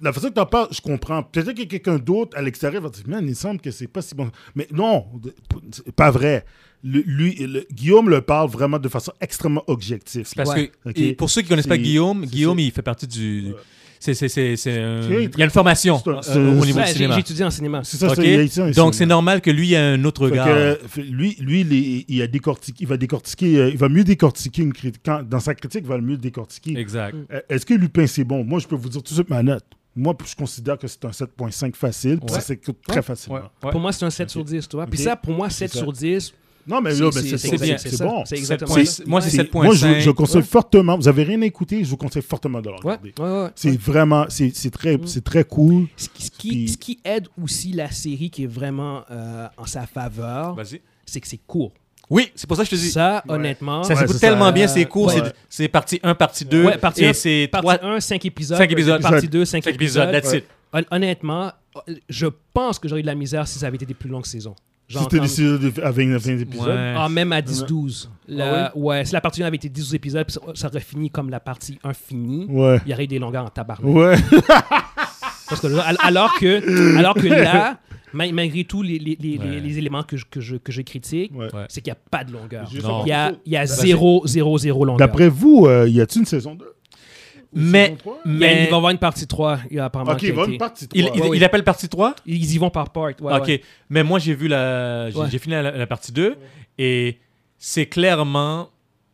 S3: la façon que t'en parles, je comprends. Peut-être que quelqu'un d'autre à l'extérieur va dire, man, il semble que c'est pas si bon. Mais non, de- c'est pas vrai. Le- lui, le- Guillaume le parle vraiment de façon extrêmement objective.
S2: Parce
S1: Ouais.
S2: que
S3: Ok.
S2: et pour ceux qui connaissent pas
S3: C'est-
S2: Guillaume,
S3: c'est-
S2: Guillaume il fait partie du. c'est- c'est- c'est- c'est un-
S3: C'est-
S2: Il y a une formation
S3: c'est un-
S2: euh, au
S3: c'est-
S1: Ouais,
S2: niveau
S1: j'ai-
S2: du cinéma.
S1: J'ai étudié en cinéma.
S3: C'est ça,
S2: Ok?
S3: c'est- il y a- il y a- il y a-
S2: Donc c'est normal que lui ait un autre
S3: Fait
S2: regard.
S3: que, fait- lui, lui il, est- il a décortiqué, il va décortiquer, euh, il va mieux décortiquer une critique. quand- Dans sa critique, il va mieux décortiquer.
S2: Exact.
S3: Euh, Est-ce que Lupin, c'est bon? Moi, je peux vous dire tout de suite ma note. Moi, je considère que c'est un 7.5 facile, puis ça
S2: Ouais.
S3: s'écoute très facilement.
S2: Ouais, ouais.
S1: Pour moi, c'est un 7 sur 10, toi. Puis
S3: Ok.
S1: ça, pour moi, 7
S3: ça.
S1: sur 10,
S3: Non, mais
S1: c'est
S3: là, ben,
S1: c'est-
S3: c'est
S1: c'est
S3: c'est-
S1: bien,
S3: c'est
S1: c'est ça.
S3: bon.
S1: C'est exactement
S2: C'est-
S1: ça.
S2: moi, c'est
S1: Ouais.
S2: 7.
S3: Moi, je, je
S2: 7.5.
S3: conseille fortement. Vous avez rien écouté, je vous conseille fortement de le
S1: Ouais,
S3: regarder.
S1: ouais, ouais.
S3: C'est vraiment, c'est c'est très,
S2: Mm.
S3: c'est très cool.
S1: Ce qui, ce qui- ce qui aide aussi la série qui est vraiment euh, en sa faveur,
S2: Vas-y.
S1: c'est que c'est court.
S2: Oui, c'est pour ça que je te dis. Ça,
S1: Ça,
S3: Ouais.
S1: honnêtement,
S3: Ouais,
S2: s'écoute
S3: c'est
S2: tellement
S3: ça.
S2: bien, c'est court.
S1: Ouais.
S2: c'est- C'est partie 1, partie 2.
S1: Ouais, partie un,
S2: et c'est
S1: partie
S2: 3
S1: 1, 5 épisodes.
S2: Cinq épisodes.
S1: Partie 2, 5
S2: épisodes.
S1: épisodes.
S2: That's it.
S1: Hon- Honnêtement, je pense que j'aurais eu de la misère si ça avait été des plus longues saisons. Genre
S3: C'était
S1: comme-
S3: décidé de- à 20 épisodes.
S2: Ouais.
S1: Ah, même à 10-12. La- Ouais, si la partie 1 avait été 10 épisodes, puis ça, ça aurait fini comme la partie 1 finie,
S3: Ouais.
S1: il y aurait eu des longueurs en tabarnak.
S3: Ouais.
S1: Parce que, al- alors, que, alors que là, ma- malgré tous les, les, les- les- les éléments que je, que je, que je critique,
S3: Ouais.
S2: Ouais.
S1: c'est qu'il n'y a pas de longueur.
S3: Juste
S2: Non.
S1: Il y a, il y a
S3: D'après-
S1: zéro, zéro, zéro longueur.
S3: D'après vous, euh, y a-t-il une saison 2
S2: Mais,
S3: trois?
S1: Il, y a- il va
S2: mais
S1: y avoir une partie 3, il y a apparemment.
S3: Ok,
S1: qui a
S3: il va
S1: été-
S3: une partie 3.
S2: il, il-
S1: Ouais,
S2: il
S1: ouais.
S2: appelle partie 3
S1: Ils y vont par part. ouais,
S2: Ok,
S1: ouais.
S2: mais moi j'ai vu la. J'ai
S1: Ouais.
S2: j'ai fini la, la partie 2 et c'est clairement,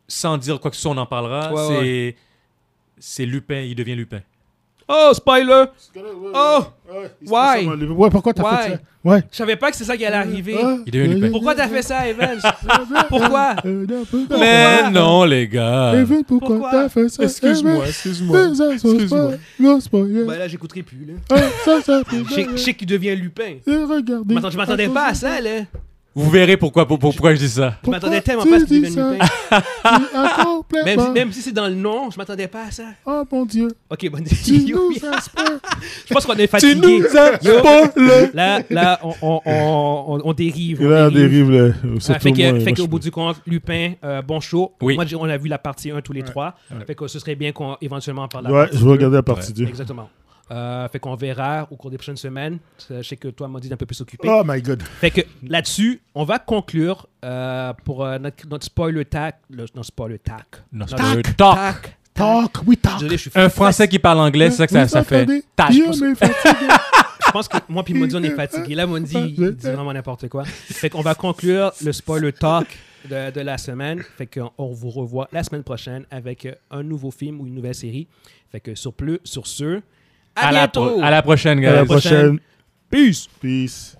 S2: sans dire quoi que ce soit, on en parlera,
S1: Ouais,
S2: c'est. C'est Lupin, il devient Lupin.
S1: Oh, spoiler! Oh!
S3: Oh!
S1: Why?
S3: Ouais, pourquoi t'as fait
S1: Why?
S3: ça? Ouais.
S1: Je savais pas que c'est ça qui allait arriver.
S3: Ah,
S2: Il devient
S3: euh,
S2: Lupin.
S1: Pourquoi t'as fait ça, Evans?
S3: euh,
S1: Pourquoi?
S3: euh, non, pourquoi?
S2: Mais non, les gars.
S3: Evan, pourquoi,
S1: Pourquoi?
S3: t'as fait ça?
S2: Excuse-moi, excuse-moi. excuse-moi.
S3: Excuse-moi. Non, c'est pas vrai.
S1: Ben là, j'écouterai plus, là.
S3: Ah, ça, ça, c'est
S1: Je sais-
S3: vrai.
S1: je sais qu'il devient Lupin.
S3: Eh, Regardez.
S1: Je m'attendais- je m'attendais pas à ça, là.
S2: Vous verrez pourquoi, pour- pour- pourquoi je dis ça.
S1: Je
S3: Pourquoi
S1: m'attendais tellement
S3: tu
S1: pas à ce qu'il
S3: dis ça? Ah.
S1: devienne Lupin.
S3: Tu as
S1: Même si,
S3: complètement-
S1: même si c'est dans le nom, je m'attendais pas à ça.
S3: Oh mon dieu.
S1: Ok, bonne
S3: Tu
S1: Yo,
S3: nous as pas.
S1: Je pense qu'on est
S2: Tu
S1: fatigué.
S2: nous as
S1: Yo. Ah,
S2: spoilé.
S1: Là, là, on, on, on, on- on dérive.
S3: Il
S1: on
S3: a
S1: dérive.
S3: dérive, là.
S1: Ah, fait que- fait qu'au bout du compte, Lupin, euh, bon show.
S2: Oui.
S1: Moi, j'ai- on a vu la partie 1 tous les trois.
S3: ouais.
S1: Fait que ce serait bien qu'on éventuellement parle de la
S3: Ouais,
S1: partie
S3: je vais
S1: deux.
S3: regarder la partie 2.
S1: Exactement. Euh, fait qu'on verra au cours des prochaines semaines. Je sais que toi, Maudit, est un peu plus occupé.
S3: Oh my god.
S1: Fait que là-dessus, on va conclure euh, pour euh, notre, notre spoiler tac. Le, non, spoiler tac.
S2: Non,
S1: Notre-
S2: spoiler
S1: tac.
S2: talk.
S1: tac.
S3: Talk, we talk.
S1: Désolé, je suis
S2: Un Français qui parle anglais, c'est ça que ça,
S3: Vous
S2: ça fait.
S3: entendez?
S2: Tac.
S3: Guillaume est fatigué.
S1: Je pense que moi puis Mondi, on est fatigué. Là, Mondi, il dit vraiment n'importe quoi. Fait qu'on va conclure le spoiler talk de, de la semaine. Fait qu'on on vous revoit la semaine prochaine avec un nouveau film ou une nouvelle série. Fait que sur, plus, sur ce, à,
S2: À la,
S1: bientôt!
S2: pro- à la prochaine,
S3: À
S2: gars.
S3: la prochaine.
S1: Peace!
S3: Peace.